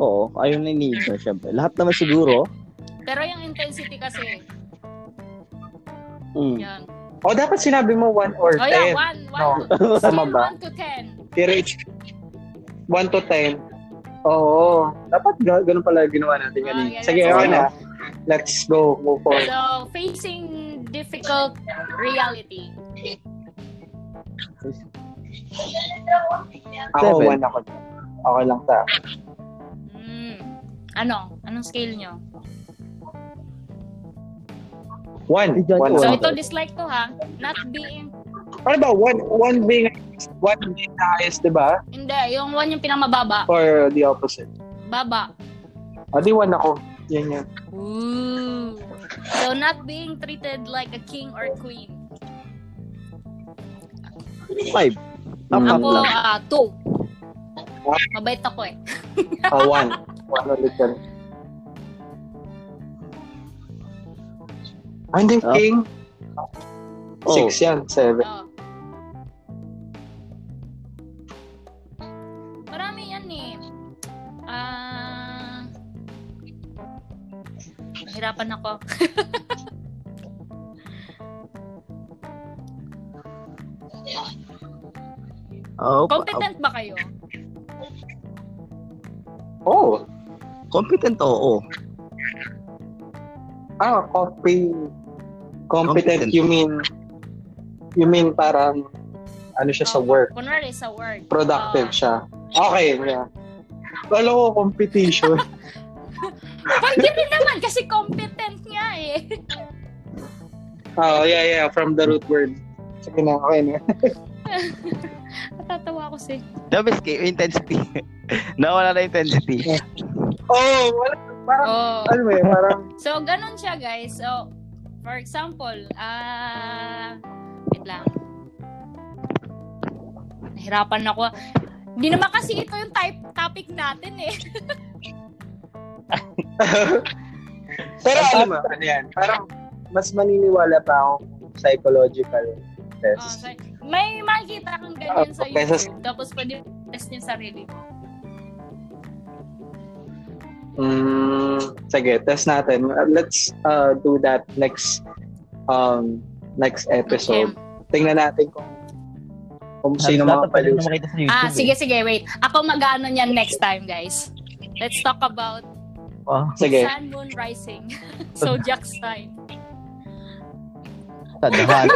Speaker 4: Oo, ayun na ni Igor, syempre. Lahat naman siguro.
Speaker 1: Pero yung intensity kasi,
Speaker 4: Hmm.
Speaker 1: yan.
Speaker 2: O, Oh, dapat sinabi mo 1 or
Speaker 1: O yan,
Speaker 2: 10.
Speaker 1: 1,
Speaker 2: No.
Speaker 1: 1 to,
Speaker 2: Tama
Speaker 1: scale
Speaker 2: ba?
Speaker 1: 1 to 10.
Speaker 2: Kirage. 1 to 10. Oo. Dapat ga- ganun pala ginawa natin
Speaker 1: Ah,
Speaker 2: kanina.
Speaker 1: yeah,
Speaker 2: Sige,
Speaker 1: that's
Speaker 2: okay
Speaker 1: good.
Speaker 2: na. Let's go. Move forward.
Speaker 1: So, facing difficult reality.
Speaker 2: Ako,
Speaker 4: Seven.
Speaker 2: 1 ako. Okay lang sa akin.
Speaker 1: Hmm. Ano? Anong scale nyo?
Speaker 2: 1.
Speaker 4: Diyan ko,
Speaker 1: So,
Speaker 4: Wala.
Speaker 1: ito dislike to ha. Not being...
Speaker 2: Ano ba? 1 one being one being the highest, di ba?
Speaker 1: Hindi, yung 1 yung pinakamababa.
Speaker 2: Or the opposite?
Speaker 1: Baba.
Speaker 2: O, di 1 ako. Yan yan.
Speaker 1: Ooh. So, not being treated like a king or queen.
Speaker 4: Five. Apat
Speaker 1: Ako,
Speaker 4: lang.
Speaker 1: ah, two. Mabait ako eh.
Speaker 2: Ah, 1. 1 ulit yan. Ah, hindi,
Speaker 4: Ah.
Speaker 2: King.
Speaker 4: Oh.
Speaker 2: 6 yan. 7.
Speaker 1: Oo. Marami yan eh. Ah... Hirapan ako.
Speaker 4: Oo, pa-
Speaker 1: Competent ba kayo?
Speaker 2: Oh.
Speaker 4: competent, oo.
Speaker 2: Ah, copy. Competent,
Speaker 4: Competent.
Speaker 2: you mean, you mean parang, ano siya sa
Speaker 1: Oo,
Speaker 2: work.
Speaker 1: Kunwari sa work.
Speaker 2: Productive siya. Okay, yeah. Kala ko competition.
Speaker 1: Oo. Pwede rin naman kasi competent nga eh.
Speaker 2: oh, yeah, yeah. From the root word. Sige na, okay na.
Speaker 1: Natatawa ako si.
Speaker 4: Double scale, intensity. Nawala na intensity.
Speaker 2: Oh, wala. Parang,
Speaker 1: Oh.
Speaker 2: ano eh, parang,
Speaker 1: So, ganun siya, guys. So, for example, ah... wait lang. Nahirapan ako. Hindi naman kasi ito yung type topic natin eh.
Speaker 2: pero ano ba, ano yan? Parang, mas maniniwala pa ako kung psychological test.
Speaker 1: Oh, sorry. May makikita kang ganyan sa
Speaker 2: Okay, so-
Speaker 1: YouTube. Tapos pwede mo test yung sarili mo.
Speaker 2: Mm, sige, test natin. Uh, Let's uh, do that next um next episode. Tingnan natin kung kung sino mga
Speaker 3: pwede
Speaker 2: paliw.
Speaker 3: na makita sa YouTube.
Speaker 1: Ah,
Speaker 3: eh.
Speaker 1: sige, sige, wait. Ako mag-ano niyan next time, guys. Let's talk about
Speaker 4: Oh,
Speaker 2: Sige.
Speaker 1: Sun, Moon, Rising. Zodiac sign.
Speaker 4: tadahan.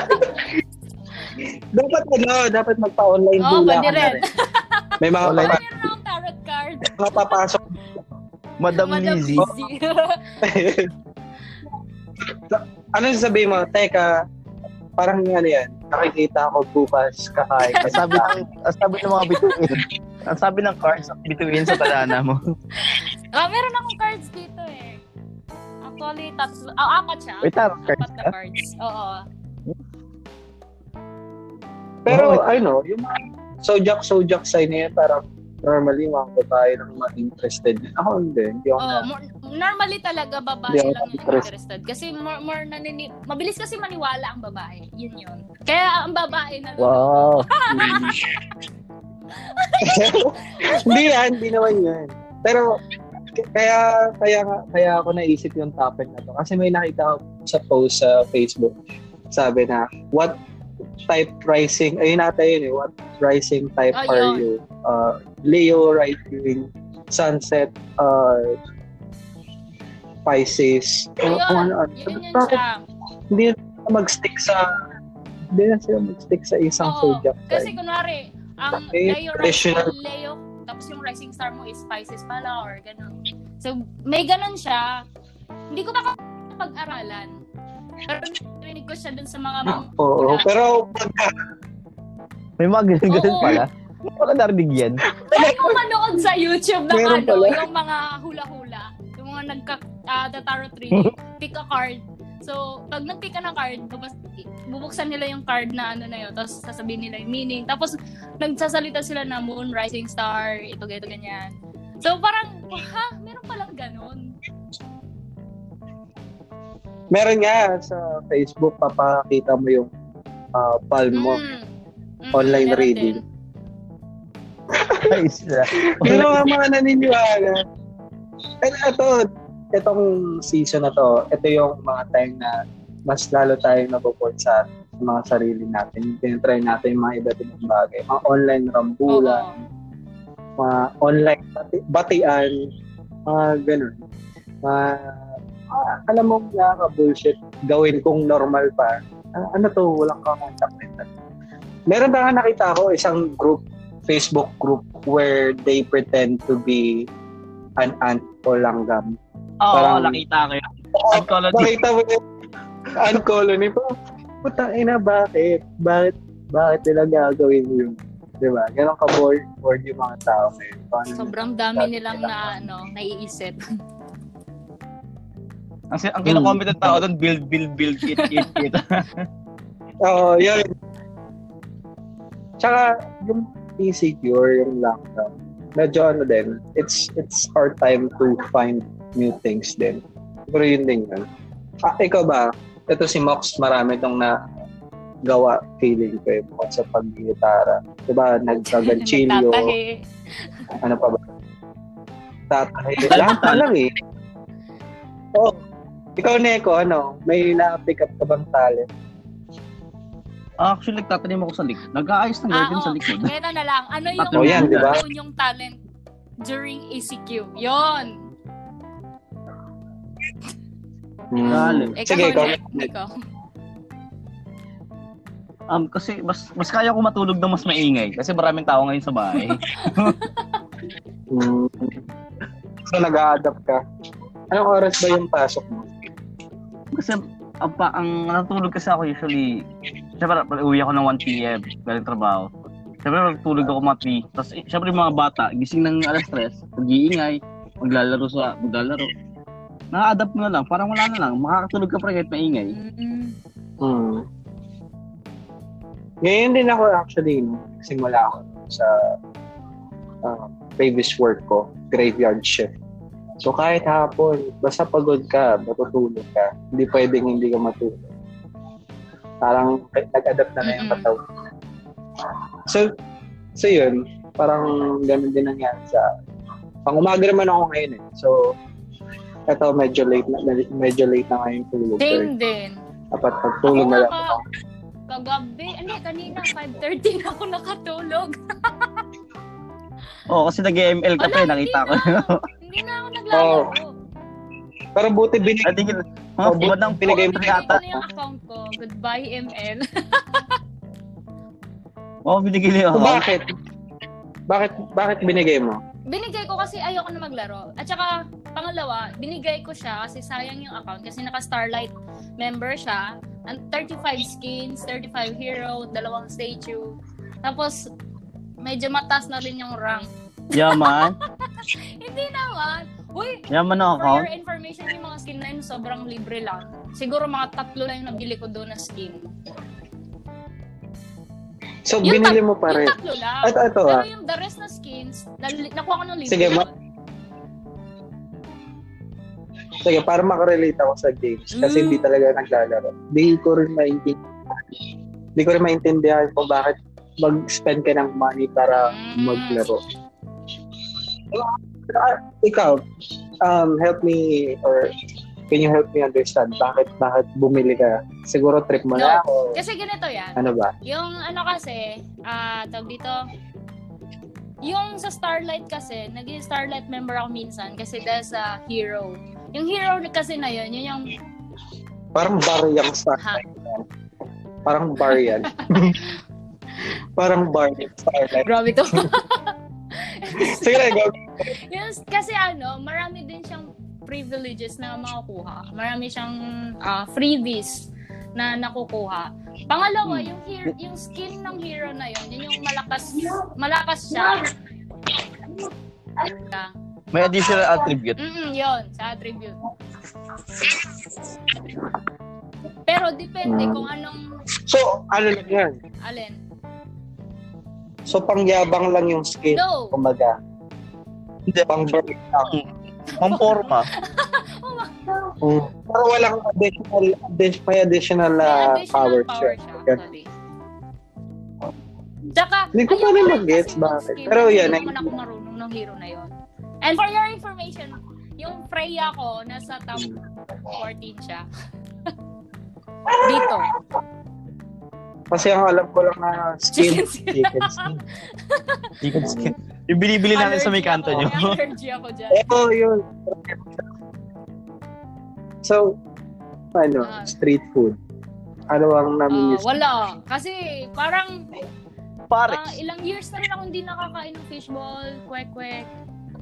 Speaker 2: Dapat ano, dapat magpa-online
Speaker 1: Oo,
Speaker 2: dula
Speaker 1: Oh, pwede
Speaker 2: ka na
Speaker 1: rin.
Speaker 2: rin. May mga
Speaker 4: Online.
Speaker 2: papa-
Speaker 1: Meron akong tarot card.
Speaker 2: mga papasok.
Speaker 4: Madam
Speaker 1: Madam
Speaker 4: Lizzy.
Speaker 1: Lizzy.
Speaker 2: ano sabi mo? Teka, parang ano yan, nakikita ako bukas kakain.
Speaker 4: Ang sabi ng, ang sabi ng mga bituin. Ang sabi ng cards, ang bituin sa talana mo.
Speaker 1: Ah, meron akong cards dito eh. Actually, tatlo. Ah, apat siya.
Speaker 4: Wait, tarot cards
Speaker 1: apat na
Speaker 4: ka?
Speaker 1: cards. Oo.
Speaker 2: Pero
Speaker 4: Oh.
Speaker 2: ano, yung mga sojak sojak sign na yan, parang normally mga babae lang mga interested. Ako hindi, hindi ako
Speaker 1: Oh,
Speaker 2: na.
Speaker 1: more, normally talaga babae
Speaker 2: Hindi ako
Speaker 1: lang yung
Speaker 2: interest.
Speaker 1: interested. Kasi more, more nanini... Mabilis kasi maniwala ang babae. Yun yun. Kaya ang babae na...
Speaker 4: Wow.
Speaker 2: hindi yan, hindi naman yan. Pero k- kaya kaya nga- kaya ako naisip yung topic na to kasi may nakita ako sa post sa Facebook. Sabi na what type rising ayun nata yun eh what rising type
Speaker 1: Oh,
Speaker 2: are
Speaker 1: yun.
Speaker 2: you? Uh, Leo rising sunset uh, Pisces.
Speaker 1: Ayun,
Speaker 2: Ano- ano-
Speaker 1: Yun yun
Speaker 2: Bakit
Speaker 1: siya.
Speaker 2: hindi na sila mag-stick sa hindi na sila mag-stick sa isang
Speaker 1: Oo,
Speaker 2: zodiac
Speaker 1: Kasi
Speaker 2: sign.
Speaker 1: kunwari, ang
Speaker 2: Kasi
Speaker 1: Leo rising
Speaker 2: traditional-
Speaker 1: Leo, tapos yung rising star mo is Pisces pala or ganun. So, may ganun siya. Hindi ko pa pag-aralan. Pero narinig ko siya dun sa mga mga
Speaker 2: Oo, pero pagka
Speaker 4: May mga ganun-ganun
Speaker 1: Oo.
Speaker 4: pala. Wala narinig yan.
Speaker 1: Kaya kung manood sa YouTube ng
Speaker 2: Meron
Speaker 1: ano,
Speaker 2: pala.
Speaker 1: yung mga hula-hula, yung mga nagka, ah, the tarot reading, pick a card. So, pag nag-pick ka ng card, babas, bubuksan nila yung card na ano na yun, tapos sasabihin nila yung meaning. Tapos, nagsasalita sila na moon, rising star, ito, ganito, ganyan. So, parang, ha? Meron palang ganun.
Speaker 2: Meron nga sa Facebook, papakita mo yung ah, palm mo.
Speaker 1: Mm. Mm,
Speaker 2: Online
Speaker 1: meron
Speaker 2: reading.
Speaker 1: din.
Speaker 4: Ay, sila.
Speaker 2: Pero ang mga naniniwala. And ito, itong season na to, ito yung mga time na mas lalo tayong nabobot sa sa mga sarili natin. Tinatry natin yung mga iba't ibang bagay. Mga online
Speaker 1: Oo.
Speaker 2: rambulan, mga online bati- batian, mga ganun. Mga, ah, alam mo, nakaka-bullshit gawin kong normal pa. Ah, ano to, walang kakontak nito. Meron ba nga nakita ako isang group, Facebook group, where they pretend to be an aunt o langgam.
Speaker 4: Oo,
Speaker 2: Parang-
Speaker 4: nakita ko yun.
Speaker 2: Oo,
Speaker 4: Oncology.
Speaker 2: nakita mo yun. Aunt colony pa. Puta, ina, bakit? Bakit? Bakit nila gagawin yun? Diba? Ganon ka bored, bored yung mga tao. ngayon. Paano-
Speaker 1: Sobrang dami nilang na, ano, naiisip.
Speaker 3: Ang, si- ang kinakomment ng tao doon, build, build, build, it, it, it.
Speaker 2: Oo, yun. Tsaka, yung insecure, yung lockdown, medyo ano din, it's it's hard time to find new things din. Pero yun din yun. Ah, ikaw ba? Ito si Mox, marami itong na gawa feeling ko eh, bukod sa paggitara. Diba, nagkaganchilyo,
Speaker 1: Nagtatahi.
Speaker 2: ano pa ba? Tatahe. Lahat na lang eh. Oh, ikaw, Neko, ano? May na-pick up ka bang talent?
Speaker 3: Ah, Actually, nagtatanim ako sa likod. Nag-aayos ng
Speaker 1: Ah,
Speaker 3: garden
Speaker 1: oo.
Speaker 3: sa likod.
Speaker 1: Eto na lang. Ano yung
Speaker 3: Tatlo
Speaker 2: yan, di ba?
Speaker 1: ano yung talent during ECQ? Yon.
Speaker 3: Talent.
Speaker 1: Eh, Ikaw,
Speaker 2: Sige, ikaw.
Speaker 1: Ikaw.
Speaker 3: Um, kasi mas mas kaya ko matulog na mas maingay. Kasi maraming tao ngayon sa bahay.
Speaker 2: Mm. So, nag-a-adapt ka. Anong oras ba yung pasok mo?
Speaker 3: kasi ang, pa, ang natutulog kasi ako usually, syempre pag uwi ako ng 1 p.m. galing trabaho. Syempre tulog ako mga 3. Tapos eh, syempre yung mga bata, gising ng alas 3, mag-iingay, maglalaro sa, maglalaro. Naka-adapt mo na lang, parang wala na lang, makakatulog ka pa rin kahit maingay.
Speaker 2: Mm-hmm.
Speaker 1: Mm.
Speaker 2: Mm. Ngayon din ako actually, no, nagsimula ako sa ah, previous work ko, graveyard shift. So kahit hapon, basta pagod ka, matutulog ka, hindi pwedeng hindi ka matulog. Parang eh, nag-adapt na na yung
Speaker 1: Mm-mm.
Speaker 2: katawan. So, so yun, parang ganun din nangyari sa pang umaga naman ako ngayon eh. So, eto medyo late na, medyo late na ngayon tulog. eh.
Speaker 1: Same din.
Speaker 2: Dapat magtulog na
Speaker 1: Ako
Speaker 2: lang
Speaker 1: nga
Speaker 2: ako.
Speaker 1: ka- Kagabi, ano, kanina, 5.30 na ako nakatulog.
Speaker 3: Oo, kasi nag-ML ka pa eh,
Speaker 1: Wala,
Speaker 3: nakita ko.
Speaker 1: hindi na. Hindi na ako naglalaro.
Speaker 2: Oo. Pero buti binig.
Speaker 3: At tingin, mga
Speaker 2: Oh,
Speaker 3: buwan ng
Speaker 2: binigay mo
Speaker 1: Binigay
Speaker 2: na
Speaker 1: ko
Speaker 2: yata.
Speaker 1: na yung account ko. Goodbye, ML.
Speaker 3: Oo, binigay niyo ako.
Speaker 2: Bakit? Bakit bakit binigay mo?
Speaker 1: binigay ko kasi ayoko na maglaro. At saka, pangalawa, binigay ko siya kasi sayang yung account kasi naka-Starlight member siya. Ang 35 skins, 35 hero, dalawang statue. Tapos, medyo matas na rin yung rank.
Speaker 3: Yaman.
Speaker 1: Hindi naman. Uy,
Speaker 3: Yaman na
Speaker 1: for
Speaker 3: ako.
Speaker 1: your information, yung mga skin na yun, sobrang libre lang. Siguro mga tatlo na yung nabili ko doon na skin.
Speaker 2: So
Speaker 1: Yung
Speaker 2: binili
Speaker 1: tat-
Speaker 2: mo pa rin.
Speaker 1: Yung tatlo lang.
Speaker 2: At ito
Speaker 1: Pero
Speaker 2: ah.
Speaker 1: yung the rest na skins, nal- nakuha ko ng libre.
Speaker 2: Sige,
Speaker 1: yun.
Speaker 2: ma- Sige, para makarelate ako sa games kasi
Speaker 1: Mm.
Speaker 2: hindi talaga naglalaro. Hindi ko rin maintindihan. Hindi ko rin maintindihan kung bakit mag-spend ka ng money para
Speaker 1: Mm.
Speaker 2: maglaro. Ah, ikaw, um, help me or can you help me understand bakit bakit bumili ka? Siguro trip mo na ako.
Speaker 1: Kasi ganito yan.
Speaker 2: Ano ba?
Speaker 1: Yung ano kasi, ah, tawag dito, yung sa Starlight kasi, naging Starlight member ako minsan kasi dahil sa hero. Yung hero kasi na yun, yun yung,
Speaker 2: Parang bar yung sa
Speaker 1: ha,
Speaker 2: Parang bar yan. Parang bar yung Starlight.
Speaker 1: grabe to.
Speaker 2: Sige na, go.
Speaker 1: yun, kasi ano, marami din siyang privileges na makukuha. Marami siyang ah, freebies na nakukuha. Pangalawa, yung hero, yung skin ng hero na yun, yun yung malakas, malakas siya.
Speaker 3: May additional attribute.
Speaker 1: Mm, yun, sa attribute. Pero depende kung anong,
Speaker 2: So, ano lang yan?
Speaker 1: alin.
Speaker 2: So, pangyabang lang yung skin.
Speaker 1: No!
Speaker 2: Kumbaga,
Speaker 3: Hindi,
Speaker 2: pang burn lang.
Speaker 3: Pamporma.
Speaker 2: Pero walang additional, addi- may additional,
Speaker 1: Mm. May
Speaker 2: uh,
Speaker 1: additional power,
Speaker 2: power
Speaker 1: siya,
Speaker 2: siya.
Speaker 1: actually. Tsaka,
Speaker 2: Hindi ko pa
Speaker 1: ayoko
Speaker 2: rin
Speaker 1: lang
Speaker 2: mag-gets
Speaker 1: kasi
Speaker 2: bakit.
Speaker 1: mag-skip.
Speaker 2: Pero yan,
Speaker 1: Hindi naman ako marunong ng hero na yon. And for your information, yung Freya ko, nasa top 14 siya. Dito.
Speaker 2: Kasi ang alam ko lang na
Speaker 1: Chicken
Speaker 2: skin, chicken skin.
Speaker 3: Chicken skin. Yung binibili natin sa may
Speaker 1: Allergy
Speaker 3: kanto
Speaker 1: ako.
Speaker 3: nyo.
Speaker 1: May Allergy ako dyan.
Speaker 2: Eto, yun. So, ano,
Speaker 1: Ah.
Speaker 2: street food. Ano ang
Speaker 1: Ah,
Speaker 2: namimiss?
Speaker 1: wala. Kasi parang ah,
Speaker 3: Paris.
Speaker 1: ilang years na rin ako hindi nakakain ng fishball, kwek-kwek.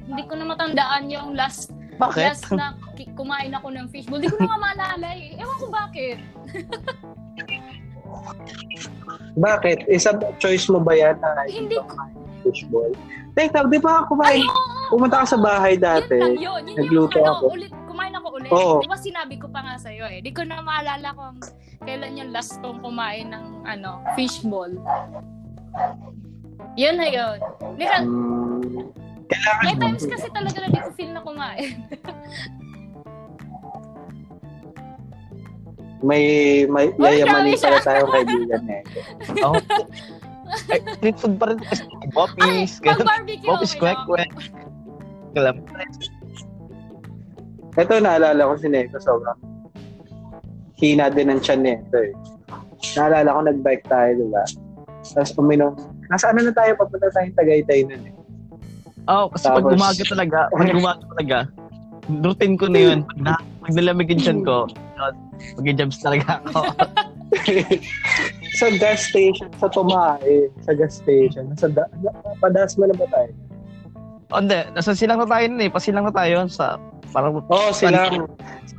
Speaker 1: Hindi ko na matandaan yung last
Speaker 3: Bakit?
Speaker 1: last na ki- kumain ako ng fishball. Hindi ko na nga maalala eh. Ewan ko bakit.
Speaker 2: Bakit? Isa ba- choice mo ba yan Ah, na
Speaker 1: Hindi ko.
Speaker 2: fishball? Teka, di ba ako
Speaker 1: Ay,
Speaker 2: kumain?
Speaker 1: oo!
Speaker 2: Pumunta ka sa bahay dati.
Speaker 1: Yun lang yun. Yun yung
Speaker 2: nagluto
Speaker 1: ano,
Speaker 2: ako.
Speaker 1: ulit, kumain ako ulit.
Speaker 2: Oo.
Speaker 1: Di ba sinabi ko pa nga sa'yo eh. Di ko na maalala kung kailan yung last kong kumain ng ano, fishball. Yun na yun. Di ka,
Speaker 2: Mm, kailangan
Speaker 1: may times kasi talaga na di ko feel na kumain.
Speaker 2: may may
Speaker 1: Oh,
Speaker 2: yayamanin
Speaker 1: grabe siya.
Speaker 2: pala tayong kaibigan eh.
Speaker 3: Ako. Ay, street food pa rin. Kasi Boppies.
Speaker 1: Ay,
Speaker 3: ganun.
Speaker 1: mag-barbecue.
Speaker 3: Boppies,
Speaker 1: okay na
Speaker 3: kwek,
Speaker 1: ako.
Speaker 3: kwek. Kalam.
Speaker 2: Ito naalala ko si Neko sobrang hina din ng tiyan nito eh. Naalala ko nag-bike tayo, di ba? Tapos uminom. Nasa ano na tayo? Papunta tayong Tagaytay nun eh.
Speaker 3: Oo, Oh, kasi pag
Speaker 2: Tapos-
Speaker 3: umaga talaga, pag umaga talaga, routine ko na yun. Pag, na, pag nalamig yung chan ko, mag-jumps talaga ako.
Speaker 2: sa gas station, sa Tumae, sa gas station. Sa da- padas mo na ba tayo?
Speaker 3: O, Hindi, nasa silang na tayo nun eh. Pasilang na tayo sa parang...
Speaker 2: Oo, oh, sila.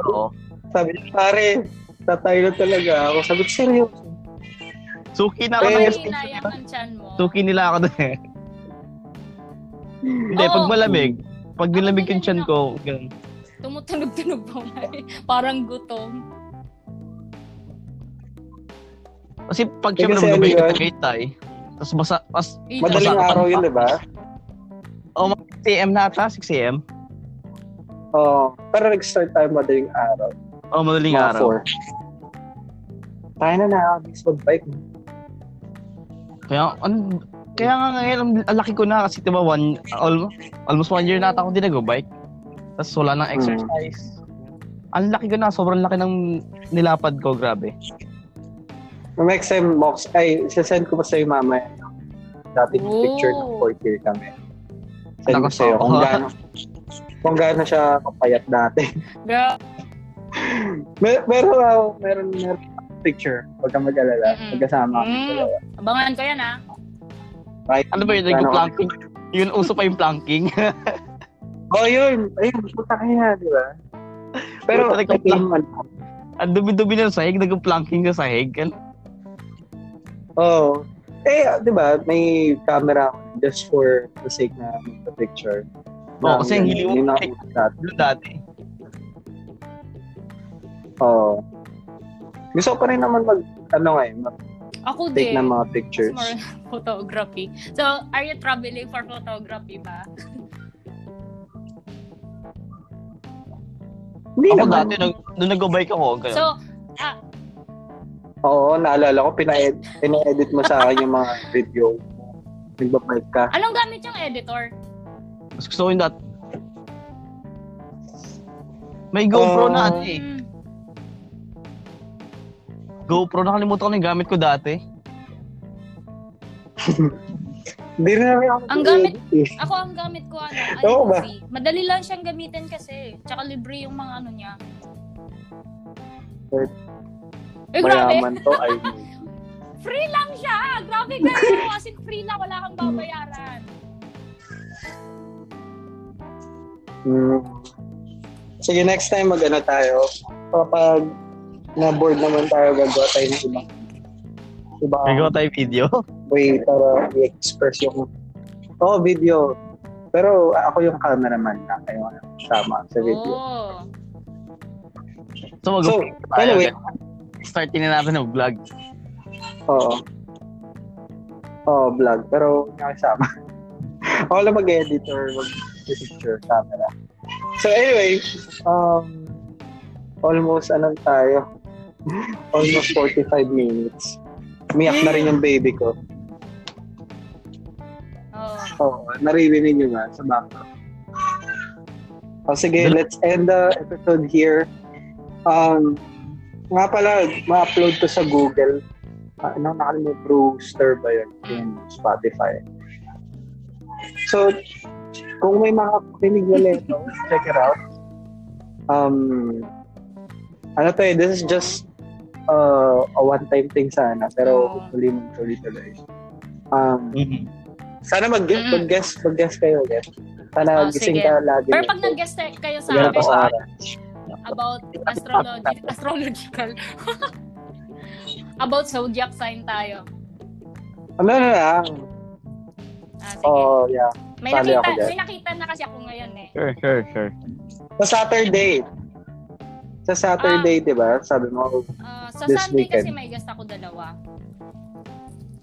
Speaker 3: Oo.
Speaker 2: Sabi niya, pare, tatay na talaga ako. Sabi ko, seryoso.
Speaker 3: Suki na ako
Speaker 1: Kapag
Speaker 3: ng
Speaker 2: Yes.
Speaker 3: gas station.
Speaker 1: hinayang ang tiyan mo.
Speaker 3: Suki nila ako dun eh. Hindi,
Speaker 1: Oo.
Speaker 3: pag malamig, pag
Speaker 1: Ako
Speaker 3: nilamig
Speaker 1: ganun
Speaker 3: yung chan
Speaker 1: ako.
Speaker 3: ko, ganun.
Speaker 1: Tumutunog-tunog pa umay. Parang gutom.
Speaker 3: Kasi pag
Speaker 2: Eh,
Speaker 3: syempre
Speaker 2: kasi
Speaker 3: magabay
Speaker 2: ano
Speaker 3: ka
Speaker 2: yun?
Speaker 3: tagaytay, tapos basa, pas
Speaker 1: Ito.
Speaker 2: Madaling
Speaker 3: Masarap
Speaker 2: araw
Speaker 3: ang
Speaker 2: yun, diba? di ba?
Speaker 3: 6am na ata, 6am.
Speaker 2: Oo. pero nag-start tayo madaling araw.
Speaker 3: Oo, oh, madaling
Speaker 2: Mga
Speaker 3: araw.
Speaker 2: four. Tayo na nakakabis mag-bike.
Speaker 3: Kaya, ano, kaya nga ngayon, ang- ang laki ko na kasi diba one, almost, almost one year na ata akong dinagobike. Tapos wala
Speaker 2: Hmm.
Speaker 3: nang exercise. Ang laki ko na, sobrang laki ng nilapad ko, grabe.
Speaker 2: Nung next time, box, ay, sasend ko pa sa'yo mamaya. Dati yung
Speaker 1: Oh.
Speaker 2: picture ng fourth year kami. Send ko
Speaker 3: Nako,
Speaker 2: sa'yo kung
Speaker 3: oo.
Speaker 2: gaano, kung gaano siya kapayat dati.
Speaker 1: Gra-
Speaker 2: Mer meron ako, meron, meron picture. Huwag kang mag-alala.
Speaker 3: Mm-hmm.
Speaker 1: Mm-mm.
Speaker 2: Magkasama kami
Speaker 1: Mm.
Speaker 2: dalawa.
Speaker 1: Abangan ko yan ah.
Speaker 2: Kahit
Speaker 3: Ano ba yun,
Speaker 2: gaano
Speaker 3: yung
Speaker 2: kami-
Speaker 3: planking? Yun, uso pa yung planking.
Speaker 2: Oh, yun. Ayun, puta kaya, di ba? diba? Pero,
Speaker 3: Puta, nagpa-
Speaker 2: naging, ano,
Speaker 3: Ang dubi-dubi ng sahig, nag-planking ka sahig. Ano?
Speaker 2: oh. Eh, di ba, may camera ako just for the sake na magpa-picture.
Speaker 3: Oo, kasi ang hiling mo
Speaker 2: Yun ang
Speaker 3: mag-take.
Speaker 2: utak natin.
Speaker 3: Yun dati.
Speaker 2: Oo. Gusto ko pa rin naman mag, ano nga eh,
Speaker 1: Ako
Speaker 2: mag-take
Speaker 1: din.
Speaker 2: ng mga
Speaker 1: Mas
Speaker 2: pictures.
Speaker 1: marunong photography. So, are you traveling for photography ba?
Speaker 2: Hindi
Speaker 3: Ako
Speaker 2: naman.
Speaker 3: dati, nag, nung nag-bike ako, ganun.
Speaker 1: So,
Speaker 2: Oo, naalala ko, pina-ed- pina-edit mo sa akin yung mga video. Nagbabike ka.
Speaker 1: anong gamit yung editor?
Speaker 3: Mas gusto ko yung dati. May
Speaker 2: Oh.
Speaker 3: GoPro na ano eh.
Speaker 1: Mm.
Speaker 3: GoPro, nakalimutan ko na yung gamit ko dati.
Speaker 2: Hindi rin namin ako
Speaker 1: Ang gamit-
Speaker 2: nag-edit eh.
Speaker 1: Ako ang gamit ko ano,
Speaker 2: Oo ba?
Speaker 1: iMovie. Madali lang siyang gamitin kasi. Tsaka libre yung mga ano niya.
Speaker 2: Eh,
Speaker 1: Eh, grabe.
Speaker 2: Mayaman to, ay.
Speaker 1: Free lang siya. Grabe kayo. As in, free lang. Wala kang babayaran.
Speaker 2: Mm. Sige, next time mag-ano tayo. Kapag na-board naman tayo, gagawa tayo ng ibang ibang
Speaker 3: Nagawa tayo video.
Speaker 2: way para i-express yung oh, video. Pero ako yung cameraman na kayo ang tama sa video.
Speaker 1: Oh.
Speaker 3: So, mag
Speaker 2: So,
Speaker 3: tayo,
Speaker 2: anyway,
Speaker 3: ganun.
Speaker 4: start din natin ng vlog.
Speaker 2: Oo. Oo, vlog. Pero hindi ako sama. ako lang mag-edit or mag-picture camera. So anyway, um, almost anong tayo? almost 45 minutes. Umiyak na rin yung baby ko.
Speaker 1: Oo.
Speaker 2: Oo, naririnig nyo nga sa background. O sige, let's end the episode here. Um, nga pala, ma-upload to sa Google. Ah, Ano, nakalimutan Brewster ba yun? Yung Spotify. So, kung may makakinig na ito, eh, check it out. Um, ano to eh, this is just uh, a one-time thing sana,
Speaker 1: Oo.
Speaker 2: pero hopefully magtuloy-tuloy. Um,
Speaker 4: mm
Speaker 2: sana mag-
Speaker 1: Mm.
Speaker 2: mag-guess, mag-guess kayo ulit. Sana
Speaker 1: Oh, sige.
Speaker 2: gising ka lagi.
Speaker 1: Pero pag nag-guest kayo sa
Speaker 2: Ganun
Speaker 1: amin
Speaker 2: pa sa akin.
Speaker 1: about astrology, astrological, about zodiac sign tayo.
Speaker 2: Ano na lang.
Speaker 1: Ah, sige.
Speaker 2: Oh, yeah.
Speaker 1: may,
Speaker 2: sali ako
Speaker 1: nakita,
Speaker 2: dyan.
Speaker 1: may nakita na kasi ako ngayon eh.
Speaker 4: Sure, sure, sure.
Speaker 2: Sa Saturday. Sa Saturday, di ba? Sabi mo,
Speaker 1: Ah, sa
Speaker 2: This
Speaker 1: Sunday kasi
Speaker 2: weekend.
Speaker 1: may guest ako dalawa.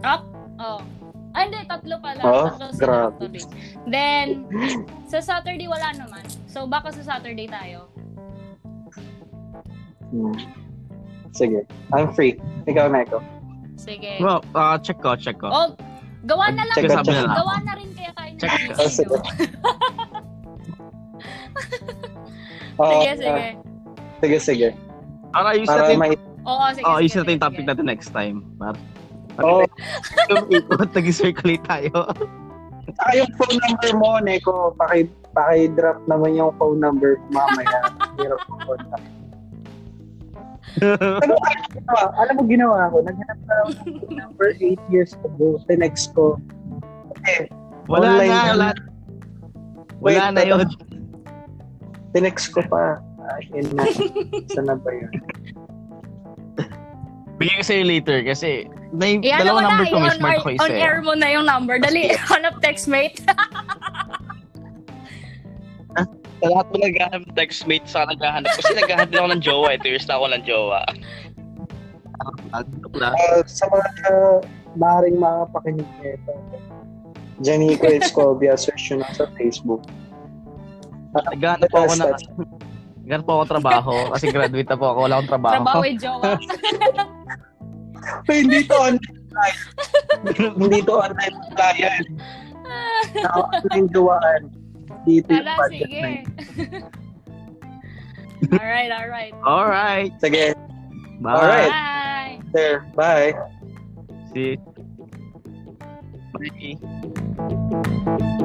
Speaker 1: Up? Oh. Ah, hindi, tatlo pala.
Speaker 2: Oh,
Speaker 1: tatlo sila
Speaker 2: grabe.
Speaker 1: actually. Then, sa Saturday wala naman. So, baka sa Saturday tayo.
Speaker 2: hmm. sige, I'm free. Ikaw, Neko.
Speaker 1: Sige.
Speaker 4: Well, ah, check ko, check ko.
Speaker 1: Oh, gawa na lang.
Speaker 2: Check
Speaker 4: out, check out.
Speaker 1: Gawa na rin kaya tayo ng
Speaker 4: Check
Speaker 1: video.
Speaker 4: out.
Speaker 2: Oh, sige. Oo,
Speaker 1: Sige, sige.
Speaker 2: Oh, ah. sige, sige.
Speaker 4: Para ayusin
Speaker 2: Para
Speaker 4: natin,
Speaker 2: may...
Speaker 1: Oo, sige.
Speaker 4: oh,
Speaker 1: sige,
Speaker 4: ayusin natin
Speaker 1: sige,
Speaker 4: yung topic
Speaker 1: sige.
Speaker 4: natin next time. Para,
Speaker 3: Oh.
Speaker 2: Oo,
Speaker 4: Ikot, nag-circulate tayo.
Speaker 2: saka yung phone number mo, Neko, paki, paki-drop naman yung phone number ko mamaya. Hirap ko contact. Pero alam mo ginawa, alam mo ginawa ko, naghanap na ako ng phone number 8 years ago, the next ko. Eh,
Speaker 4: Wala
Speaker 2: Online
Speaker 4: na,
Speaker 2: na.
Speaker 4: wala. Wala
Speaker 2: Wait,
Speaker 4: na yun.
Speaker 2: Tinext ko pa. Ay, yun na. Sana ba yun?
Speaker 4: Bigyan ko sa'yo later kasi may
Speaker 1: Eh, ano
Speaker 4: dalawang
Speaker 1: wala,
Speaker 4: number ko, may
Speaker 1: eh, on,
Speaker 4: smart
Speaker 1: air-
Speaker 4: ko isa.
Speaker 1: on
Speaker 4: eh.
Speaker 1: air mo na yung number. Dali, hanap textmate.
Speaker 3: Sa lahat mo naghahanap ng textmate sa naghahanap. Kasi naghahanap din ako ng jowa. Ito years na ako ng jowa.
Speaker 4: Wala.
Speaker 2: Uh, sa mga uh, maaaring makapakinig nito, Janico Escobia, search nyo na sa Facebook.
Speaker 4: Naghahanap po ako na Naghahanap po ako ng trabaho kasi graduate na po ako. Wala akong trabaho.
Speaker 1: Trabaho eh, jowa.
Speaker 2: Uy, hindi to online live. hindi to online client. Naka-online duwaan. Dito yung
Speaker 1: Tara,
Speaker 2: podcast na
Speaker 1: sige.
Speaker 2: yun.
Speaker 1: alright, alright.
Speaker 4: Alright.
Speaker 2: Sige,
Speaker 4: Bye.
Speaker 2: Alright.
Speaker 1: Bye!
Speaker 2: there. Bye.
Speaker 4: See you. Bye.